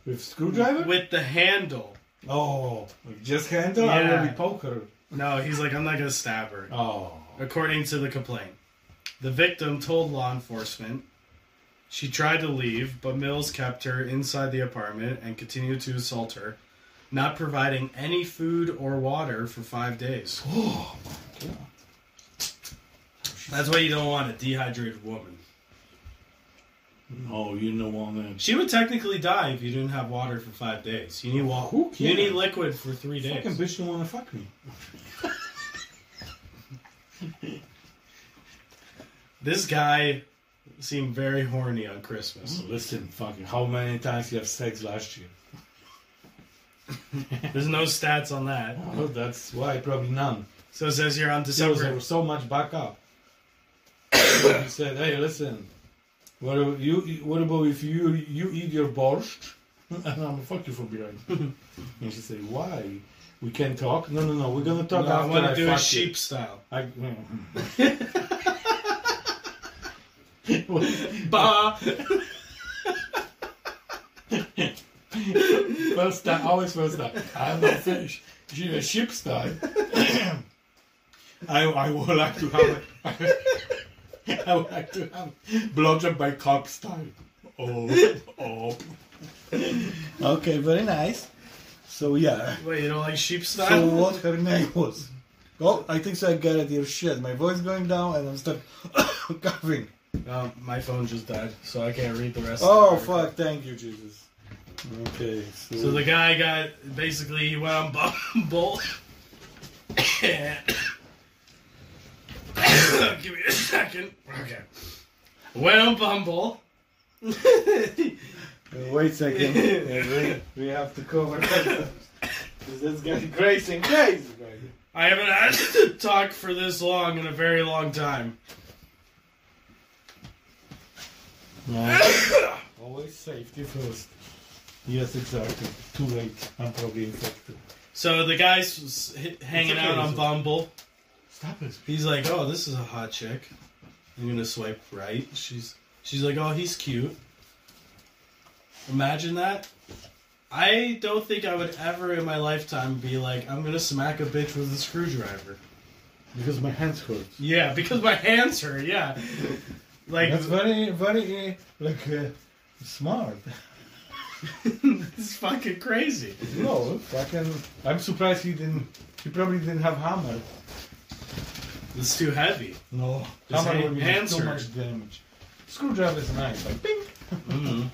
With screwdriver? with the handle. oh. Like just handle? Yeah. I really poke her. No, he's like, I'm not gonna stab her. Oh. According to the complaint, the victim told law enforcement she tried to leave, but Mills kept her inside the apartment and continued to assault her, not providing any food or water for five days. Oh my god. That's why you don't want a dehydrated woman. Oh, you know what, man. She would technically die if you didn't have water for five days. You need water. Who You need cares? liquid for three days. Fucking bitch don't wanna fuck me. This guy seemed very horny on Christmas. Listen, fucking, how many times you have sex last year? There's no stats on that. Oh, that's why, probably none. So it says here on So there December. was so much backup. *coughs* he said, "Hey, listen, what about you? What about if you you eat your borscht, *laughs* and I'm gonna fuck you from behind?" *laughs* and she said, "Why? We can't talk. No, no, no. We're gonna No, talk I after want to do it fuck sheep you." *laughs* style. I, Bah! first time, always first time. I'm a fish. She's a ship star. I, I would like to have a- I would like to have blowjob by cop style. Oh, oh. Okay, very nice. So yeah. Wait, you don't like sheep So style? what her name was? Oh, I think so I got it. Your shit. My voice going down and I'm stuck *coughs* coughing. Um, my phone just died, so I can't read the rest. Oh of the article. fuck! Thank you, Jesus. Okay. So, So the guy got basically he went on *laughs* Bumble. *coughs* Give me a second. Okay. Went on *laughs* Bumble. Uh, wait a second. Yeah, *laughs* we, we have to cover that. This guy crazy, and crazy. right? I haven't had to talk for this long in a very long time. Always safety first. Yes, exactly. Too late. I'm probably infected. So the guy's s- h- hanging It's okay, out on it's Bumble. Stop it. He's like, "Oh, this is a hot chick. I'm gonna swipe right." She's she's like, "Oh, he's cute." Imagine that. I don't think I would ever in my lifetime be like, "I'm gonna smack a bitch with a screwdriver." Because my hands hurt. Yeah, because my hands hurt. Yeah, like *laughs* That's very, very uh, like uh, smart. it's fucking crazy. No, fucking. I'm surprised he didn't. He probably didn't have hammer. It's too heavy. No, Just hammer hand- would be hands too hurt. much damage. Screwdriver is nice, like ping. Mm-hmm.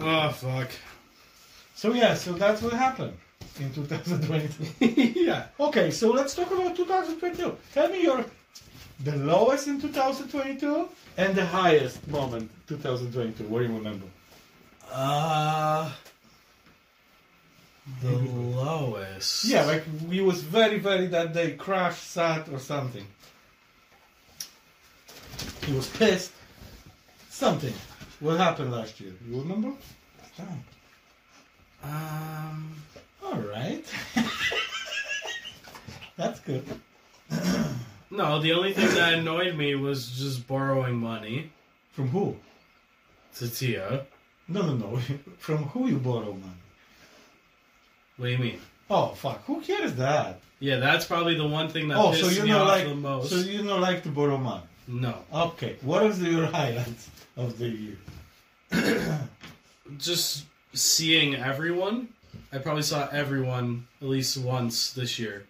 Oh fuck. *laughs* So yeah, so that's what happened in 2022. yeah. Okay, so let's talk about 2022. Tell me your the lowest in 2022 and the highest moment 2022. What do you remember? Uh. The lowest. Yeah, like we was very very that day crash sad or something. He was pissed. Something. What happened last year? You remember? Damn. Um. All right. *laughs* That's good. No, the only thing that annoyed me was just borrowing money From who? to Tia. No, no, no. *laughs* From who you borrow money? What do you mean? Oh fuck! Who cares that? Yeah, that's probably the one thing that oh, pissed so you me know off like the most. so you know like to borrow money. No, Okay. What is *laughs* your highlights of the year? just seeing everyone. I probably saw everyone at least once this year.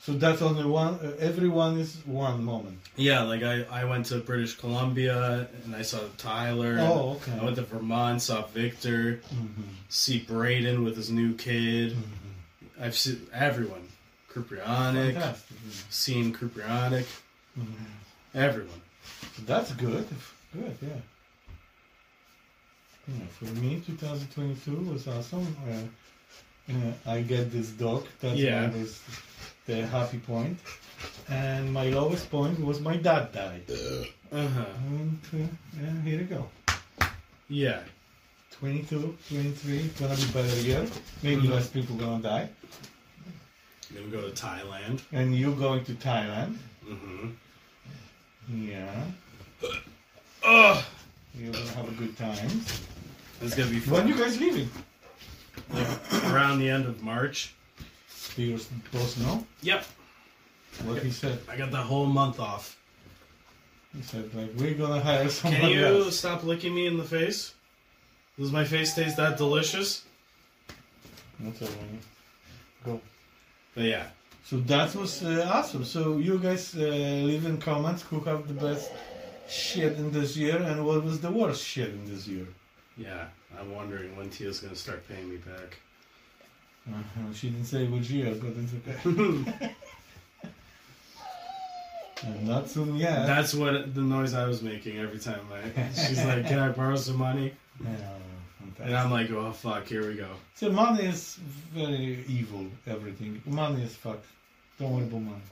So that's only one. Uh, everyone is one moment. Yeah, like I, I went to British Columbia and I saw Tyler. Oh, okay. I went to Vermont, saw Victor, Mm-hmm. see Braden with his new kid. I've seen everyone. Kuprianik, Fantastic. seen Kuprianik, Mhm. everyone. That's good. Good, yeah. Yeah, for me, 2022 was awesome. Uh, uh, I get this dog. That's Yeah. my- this- the happy point. And my lowest point was my dad died. Uh huh. And uh, yeah, here you go. Yeah. 22, 23, it's gonna be better year. Maybe less people gonna die. Gonna go to Thailand. And you going to Thailand. Mm-hmm. Yeah. You're gonna have a good time. It's gonna be When fun. you guys leaving? Around the end of March. Do your boss know Yep. what he said? I got the whole month off. He said, like, we're gonna hire someone Can you else. stop licking me in the face? Does my face taste that delicious? That's all right. Go. But yeah. So that was uh, awesome. So you guys uh, leave in comments who have the best shit in this year and what was the worst shit in this year. Yeah. I'm wondering when Tia's gonna start paying me *laughs* back. Uh-huh. She didn't say which year, but it's okay. *laughs* and not soon yet. That's what the noise I was making every time I she's like, Can I borrow some money? Yeah, And I'm like, Oh fuck, here we go. So money is very evil. Everything. Money is fucked. Don't worry about money.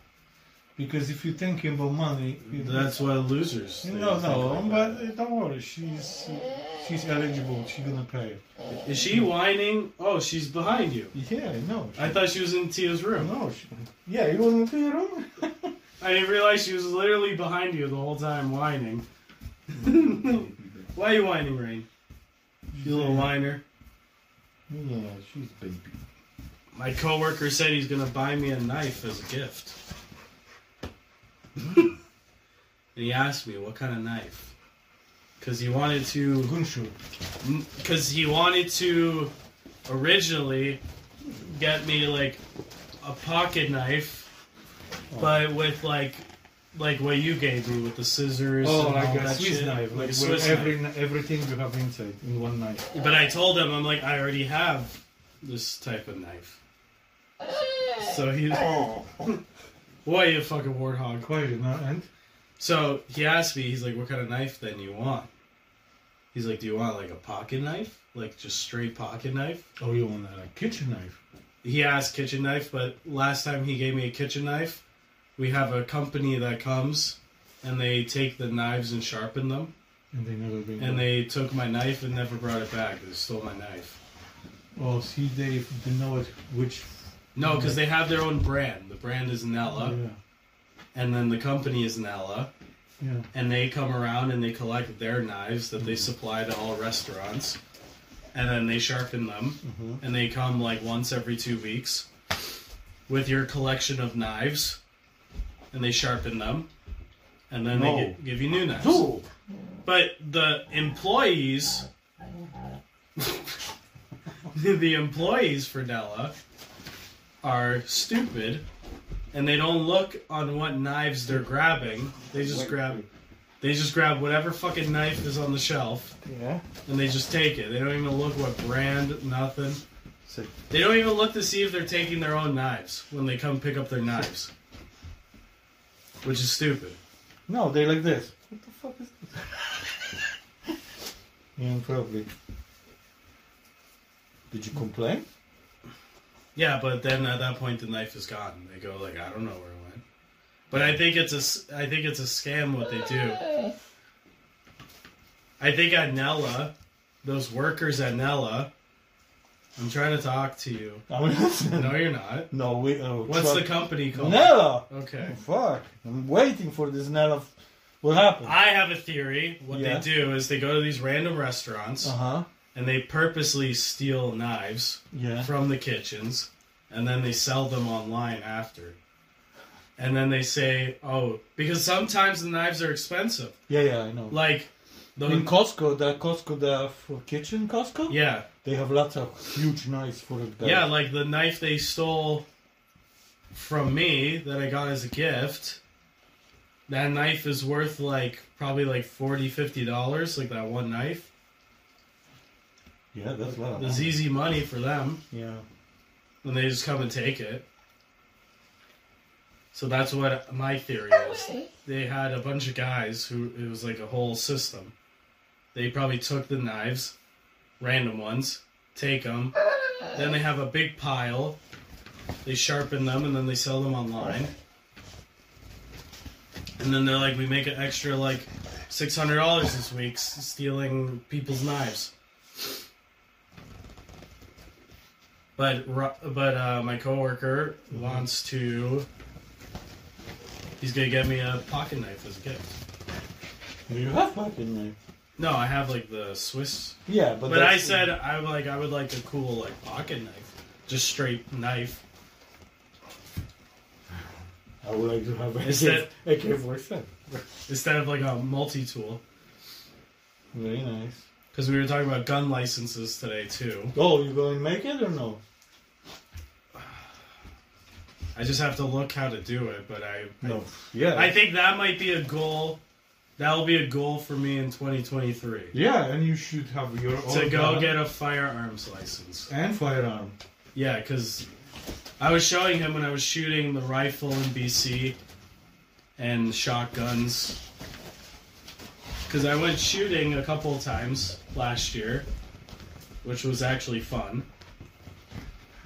Because if you think about money, you- That's why losers. they no, think no. like but that. uh, don't worry. She's uh, she's eligible. She's gonna pay. it. Is she whining? Oh, she's behind you. Yeah, no. I thought she was in Tia's room. no. She, yeah, you want to your room? I didn't realize she was literally behind you the whole time whining. *laughs* Why are you whining, Rain? You little whiner. Yeah, she's baby. My coworker said he's gonna buy me a knife as a gift. *laughs* and he asked me what kind of knife. Cause he wanted to Gunshu. because he wanted to originally get me like a pocket knife, Oh. but with like like what you gave me with the scissors. Oh, and all like a that Swiss shit. knife. like Like a Swiss where every knife. kni- everything you have inside in one knife. But I told him I'm like I already have this type of knife. So he, boy, you fucking warthog. Quiet, no and. So he asked me, he's like, "What kind of knife then you want?" He's like, "Do you want like a pocket knife, like just straight pocket knife?" Oh, you want a kitchen knife? he asked kitchen knife, but last time he gave me a kitchen knife, we have a company that comes and they take the knives and sharpen them. And they never bring. And back. they took my knife and never brought it back. They stole my knife. Oh, see, they they know it. Which No, because they have their own brand. The brand is Nella, and then the company is Nella, yeah, yeah. and they come around and they collect their knives that they supply to all restaurants, and then they sharpen them, and they come like once every two weeks with your collection of knives, and they sharpen them, and then No. they gi- give you new knives. Oh, But the employees, *laughs* the employees for Della are stupid, and they don't look on what knives they're grabbing. They just grab, they just grab whatever fucking knife is on the shelf, yeah. and they just take it. They don't even look what brand, nothing. Sick. They don't even look to see if they're taking their own knives when they come pick up their knives, which is stupid. No, they like this. What the fuck is this? *laughs* yeah, probably. Did you complain? Yeah, but then at that point the knife is gone. They go like, I don't know where it went. But I think it's a, s- I think it's a scam what they do. I think at Nella, those workers at Nella, I'm trying to talk to you. I mean, listen. No, you're not. *laughs* No, we. Oh, What's the fuck. company called? Nella? Okay. Oh, fuck! I'm waiting for this Nella. f- What happened? I have a theory. What they Yeah. do is they go to these random restaurants Uh huh. and they purposely steal knives. Yeah. from the kitchens, and then they sell them online after. And then they say, oh, because sometimes the knives are expensive. Yeah, yeah. I know. Like, in the, Costco, the Costco, the for kitchen Costco. yeah, They have lots of huge knives for it. guys. yeah, like the knife they stole from me that I got as a gift. That knife is worth like probably like 40 dollars, like that one knife. yeah, that's what. I That's easy money for them, Yeah. and they just come and take it. So that's what my theory is. They had a bunch of guys who it was like a whole system. They probably took the knives, random ones, take them, then they have a big pile. They sharpen them and then they sell them online. And then they're like, we make an extra like six hundred dollars this week s- stealing people's knives. But Ro- but uh, my coworker Mm-hmm. wants to. He's gonna get me a pocket knife as a gift. Do you have pocket knife? No, I have like the Swiss. Yeah, but, But, I Oh, that's- said I would like I would like a cool like pocket knife, just straight knife. I would like to have *laughs* a Is AK, AK-47. instead of like a multi tool. Very nice. Because we were talking about gun licenses today too. Oh, you going to make it or no? I just have to look how to do it, but I No. Yeah. I think that might be a goal. That'll be a goal for me in 2023 yeah, and you should have your own to go gun get a firearms license. and firearm. Yeah, because I was showing him when I was shooting the rifle in BC and shotguns. Because I went shooting a couple of times last year, which was actually fun.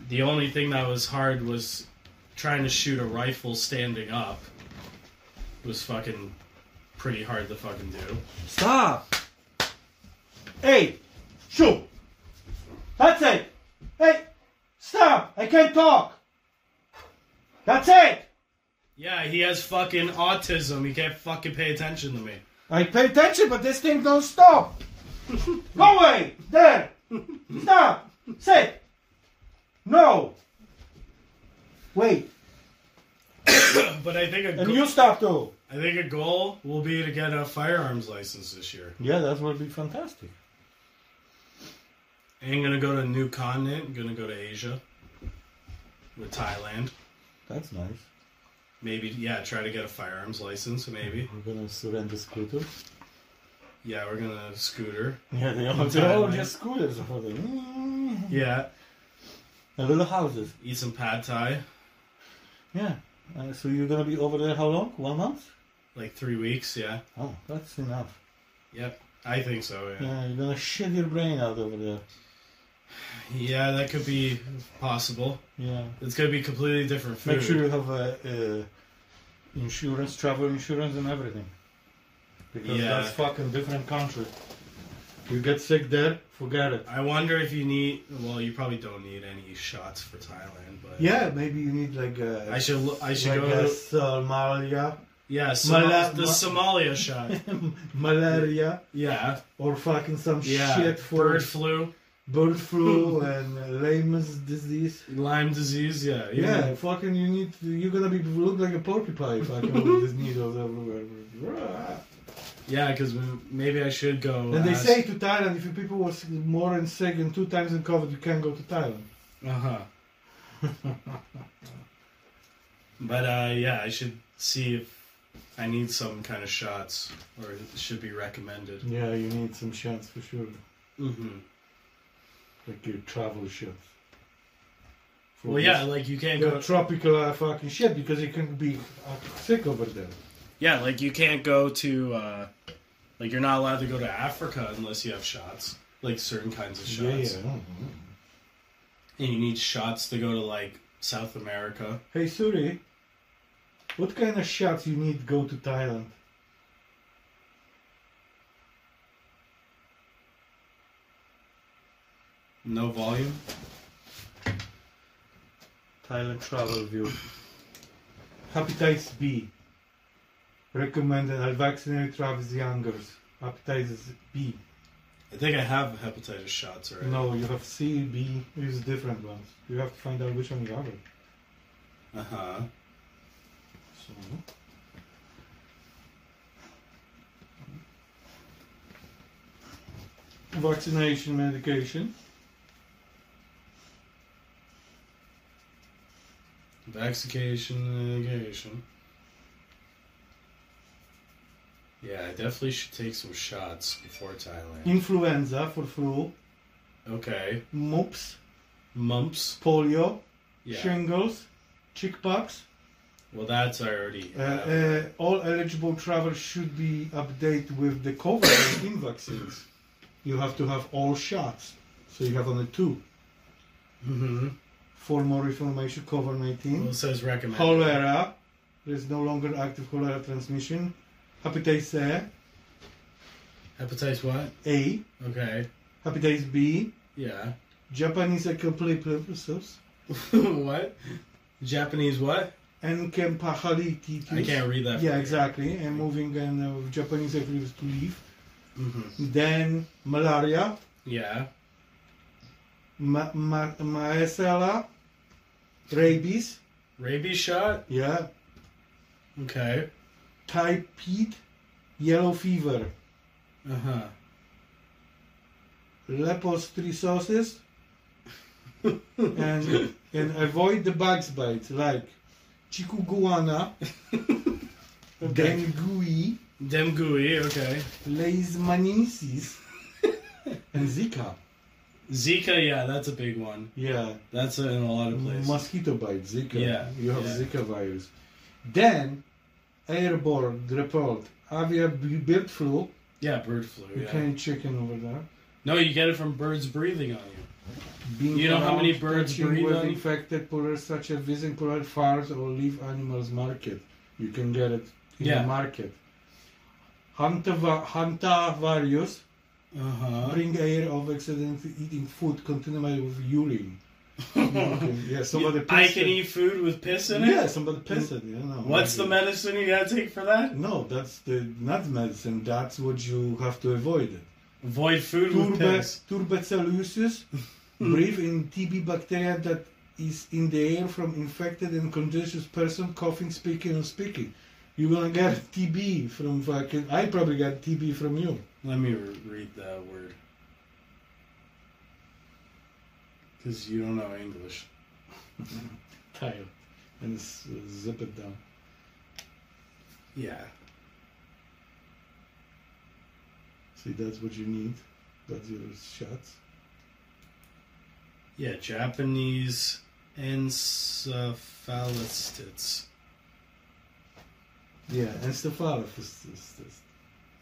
The only thing that was hard was trying to shoot a rifle standing up. was fucking pretty hard to fucking do. Stop! Hey, shoot. That's it. Hey, stop. I can't talk. That's it. Yeah, he has fucking autism. He can't fucking pay attention to me. *clears throat* I pay attention, but this thing don't stop. Go away. There. Stop. Sit. No. Wait. But I think a And go- you stop too. I think a goal will be to get a firearms license this year. Yeah, that would be fantastic. And gonna go to a new continent. Gonna go to Asia with Thailand. That's nice. Maybe yeah, try to get a firearms license. Maybe We're going to surrender scooters. yeah, we're gonna scooter. Yeah, *laughs* they all they're all just just scooters over there. Mm. Yeah, And little houses. eat some pad thai. Yeah. Uh, so you're going to be over there how long? One month? Like three weeks. Yeah, Oh, that's enough. yep. I think so. Yeah, Yeah, you're going to shit your brain out over there. yeah, that could be possible. Yeah. It's gonna be completely different food. Make sure you have a, uh insurance, travel insurance, and everything. Because Yeah. that's fucking different country. You get sick there, forget it. I wonder if you need. Well, you probably don't need any shots for Thailand, but Yeah, maybe you need like a. I should. lo- I should like go. a uh, to- Somalia, yeah, Somal- Mala- the Ma- Somalia shot. malaria, Yeah, Oh, or fucking some yeah. shit for Bird flu, bird flu *laughs* and uh, Lyme's disease. Lyme disease. Yeah, even- Yeah, fucking you need. You're gonna be look like a porcupine fucking with these *laughs* needles everywhere. Bruh. yeah. Because maybe I should go. And they say to Thailand, if you people were sick- more and sick and two times in COVID, you can't go to Thailand. Uh huh. *laughs* but uh, yeah, I should see if I need some kind of shots, or it should be recommended. Yeah, you need some shots for sure, Mm-hmm. like your travel shots. For Well, yeah, like you can't this- go. your tropical uh, fucking shit because you can be uh, sick over there. Yeah, like you can't go to uh like you're not allowed to go to Africa unless you have shots. Like certain kinds of shots. Yeah, yeah. mhm. And you need shots to go to like South America. Hey Suri, what kind of shots you need go to Thailand? No volume. Thailand travel view. Hepatitis B. Recommended unvaccinated Travis Youngers. Hepatitis B. I think I have hepatitis shots already. No, you have C, B. These different ones. You have to find out which one you have. Uh-huh. So. uh-huh. Vaccination medication. Vaccination negation. Yeah, I definitely should take some shots before Thailand. Influenza for flu. Okay. Mumps. Mumps. Polio. Yeah. Shingles. Chickpox. Well, that's already. Uh, uh, all eligible travel should be updated with the COVID-19 *coughs* vaccines. You have to have all shots, so you have only two. hmm mm-hmm. For more information, COVID-19, Well, it says recommend. cholera. There is no longer active cholera transmission. Hepatitis Hepatitis what? A, Okay. hepatitis B, Yeah. *laughs* Japanese encephalitis, what? Japanese what? and encephalitis. I can't read that. Yeah, exactly. And moving and uh, Japanese encephalitis to leave. hmm Then malaria. Yeah. Ma- ma- maesela, rabies, Rabies shot. yeah, Okay. typhoid, yellow fever, Uh huh. lepostrichosis, and and avoid the bugs bites like chikungunya, *laughs* Okay. dengue, Demgui. Okay. leishmaniasis, and Zika. Zika. Yeah, that's a big one. Yeah, That's in a lot of places. mosquito bite, Zika. Yeah, you have yeah. Zika virus. Then airborne report avian b- bird flu. yeah, bird flu. You Yeah. can't chicken over there. No, you get it from birds breathing on you. Being You know how around many birds touching breathe with on you? infected polluters such as visiting polluted farms or leave animals market. You can get it in Yeah. the market. Hanta- Hantavirus Uh huh. bring air of accidentally eating food contaminated with *laughs* urine. You can- *laughs* yeah, somebody I pissed can it. eat food with piss in it. Yeah, somebody pissed it. You know. What's the medicine you gotta take for that? No, that's the not medicine. That's what you have to avoid. It. Avoid food with Turbe, piss. tuberculosis, breathe in TB bacteria that is in the air from infected and contagious person coughing, speaking, and speaking. You're gonna get TB from fucking. I probably got TB from you. Let me re- read that word. Because you don't know English. Tired. And s- zip it down. Yeah. See, that's what you need. That's your shots. Yeah, Japanese encephalitis. Yeah, encephalitis.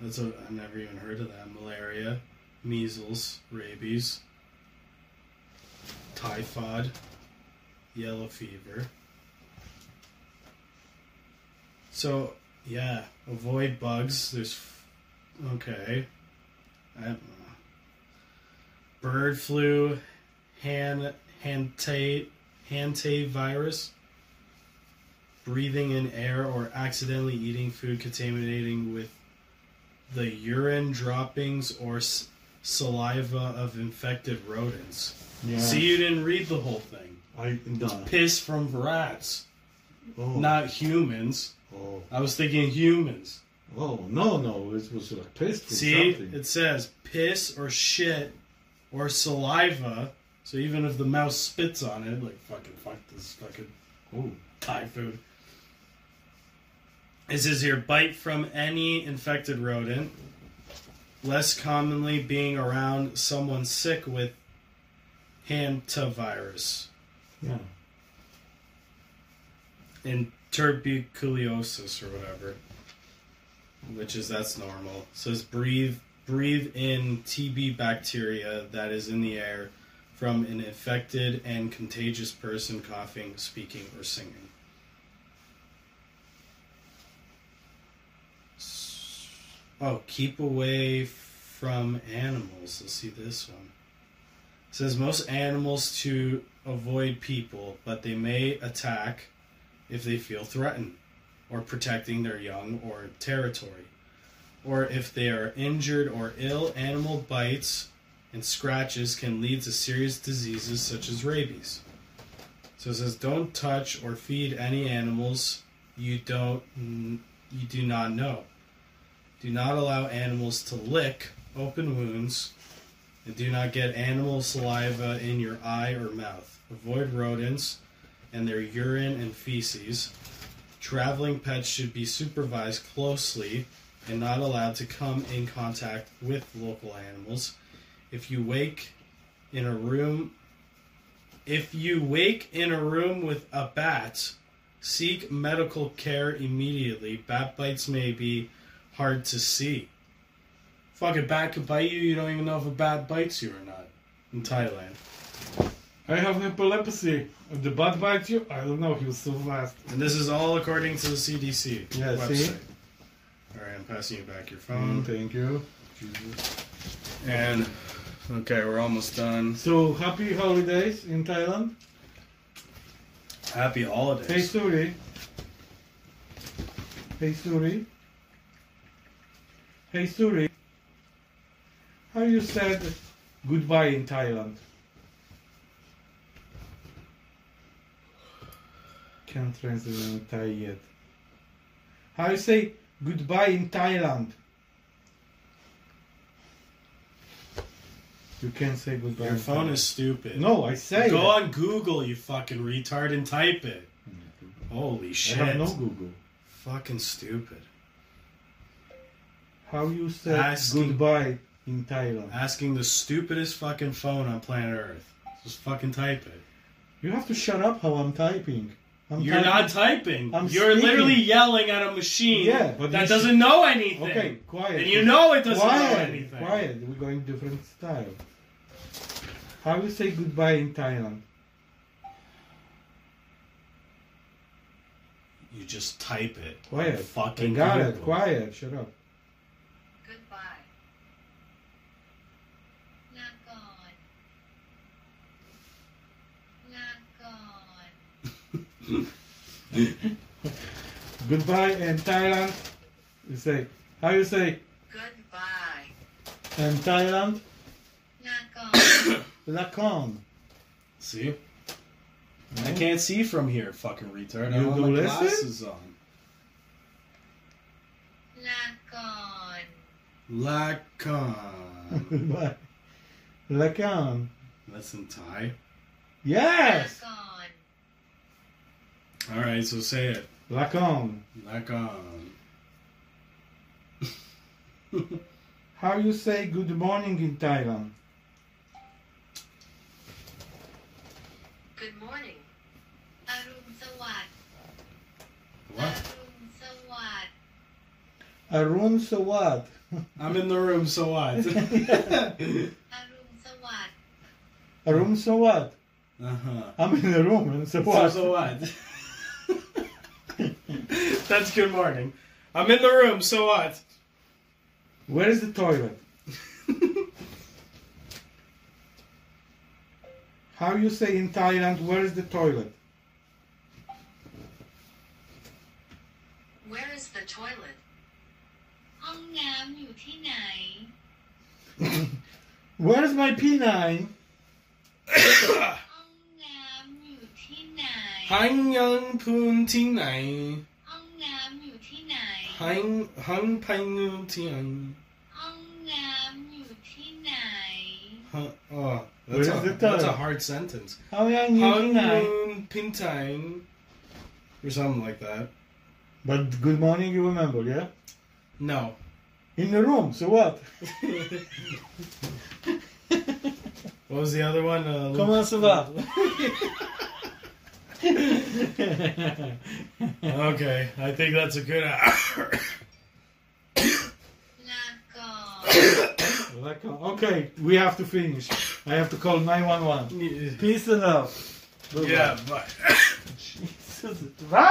That's a, I've never even heard of that. Malaria, measles, rabies, typhoid, yellow fever. So yeah, avoid bugs. There's f- okay. I don't know. Bird flu, hand hante hante virus. Breathing in air or accidentally eating food contaminating with the urine droppings or s- saliva of infected rodents. Yeah. See, you didn't read the whole thing. I done. Piss from rats, Oh. not humans. Oh. I was thinking humans. Oh no no! It was like pissed or See, something. it says piss or shit or saliva. So even if the mouse spits on it, like fucking fuck this fucking oh. Thai food. It says here bite from any infected rodent, less commonly being around someone sick with hantavirus Yeah. and tuberculosis or whatever, which is that's normal. It says breathe breathe in TB bacteria that is in the air from an infected and contagious person coughing, speaking, or singing. S- Oh, keep away from animals. Let's see this one. It says most animals to avoid people, but they may attack if they feel threatened or protecting their young or territory, or if they are injured or ill, animal bites and scratches can lead to serious diseases such as rabies. So it says don't touch or feed any animals you don't you do not know. Do not allow animals to lick open wounds and do not get animal saliva in your eye or mouth. Avoid rodents and their urine and feces. Traveling pets should be supervised closely and not allowed to come in contact with local animals. If you wake in a room if you wake in a room with a bat, Seek medical care immediately. Bat bites may be hard to see. Fuck, a bat could bite you. You don't even know if a bat bites you or not in Thailand. I have epilepsy. If the bat bites you, I don't know. He was so fast. And this is all according to the CDC Yeah, website. see? All right, I'm passing you back your phone. Um, Mm, thank you. Jesus. Mm-hmm. And okay, we're almost done. So happy holidays in Thailand. Happy holidays. Hey Suri. Hey Suri. Hey Suri. How you said goodbye in Thailand? Can't translate in Thai yet. How you say goodbye in Thailand? You can't say goodbye. Your in phone Thailand. is stupid. No, I say. Go it. on Google, you fucking retard, and type it. Holy I shit. have no Google. Fucking stupid. How you say Asking- goodbye in Thailand? Asking the stupidest fucking phone on planet Earth. Just fucking type it. You have to shut up how I'm typing. I'm You're typing- not typing. I'm You're speaking. literally yelling at a machine Yeah, but that you doesn't know anything. Okay, quiet. And you know it doesn't quiet, know anything. Quiet. We're going different style. How you say goodbye in Thailand? You just type it. Quiet. Fucking I got it. Google. Quiet. Shut up. Goodbye. ลาก่อน ลาก่อน Goodbye in Thailand. You say. How you say Goodbye. in Thailand? ลาก่อน Lakon. *coughs* See? I can't see from here, fucking retard. I You don't have my listen? glasses on. ลาก่อน Lakon. *laughs* Goodbye. Lakon. That's in Thai. Yes. ลาก่อน Alright, so say it. Lakon. Lakon. How you say good morning in Thailand? Good morning. อรุณสวัสดิ์ *laughs* What? อรุณสวัสดิ์ Arun *laughs* Sawat. I'm in the room, so *laughs* what? uh อรุณสวัสดิ์ Arun Sawat. huh. I'm in the room and so Uh-huh. So, so what? what? *laughs* That's good morning. I'm in the room, so what? *laughs* Where is the toilet? How you say in Thailand, where is the toilet? Where is the toilet ห้องน้ำอยู่ที่ไหน Where is my P9? ห้องน้ำอยู่ที่ไหน Hang young poon ting nai. ห้องน้ำอยู่ที่ไหน Hang hang pang tiang. ห้องน้ำอยู่ที่ไหน Oh, that's a, Where is it, that's a uh? hard sentence. How young you Hang P9? young pintang. Or something like that. But good morning you remember, yeah? No. In the room, so what? What was the other one? Uh, Comment ça *laughs* va? Okay, I think that's a good hour. ลาก่อน okay, we have to finish. I have to call 911. yeah, Peace and love. but. Jesus. Right?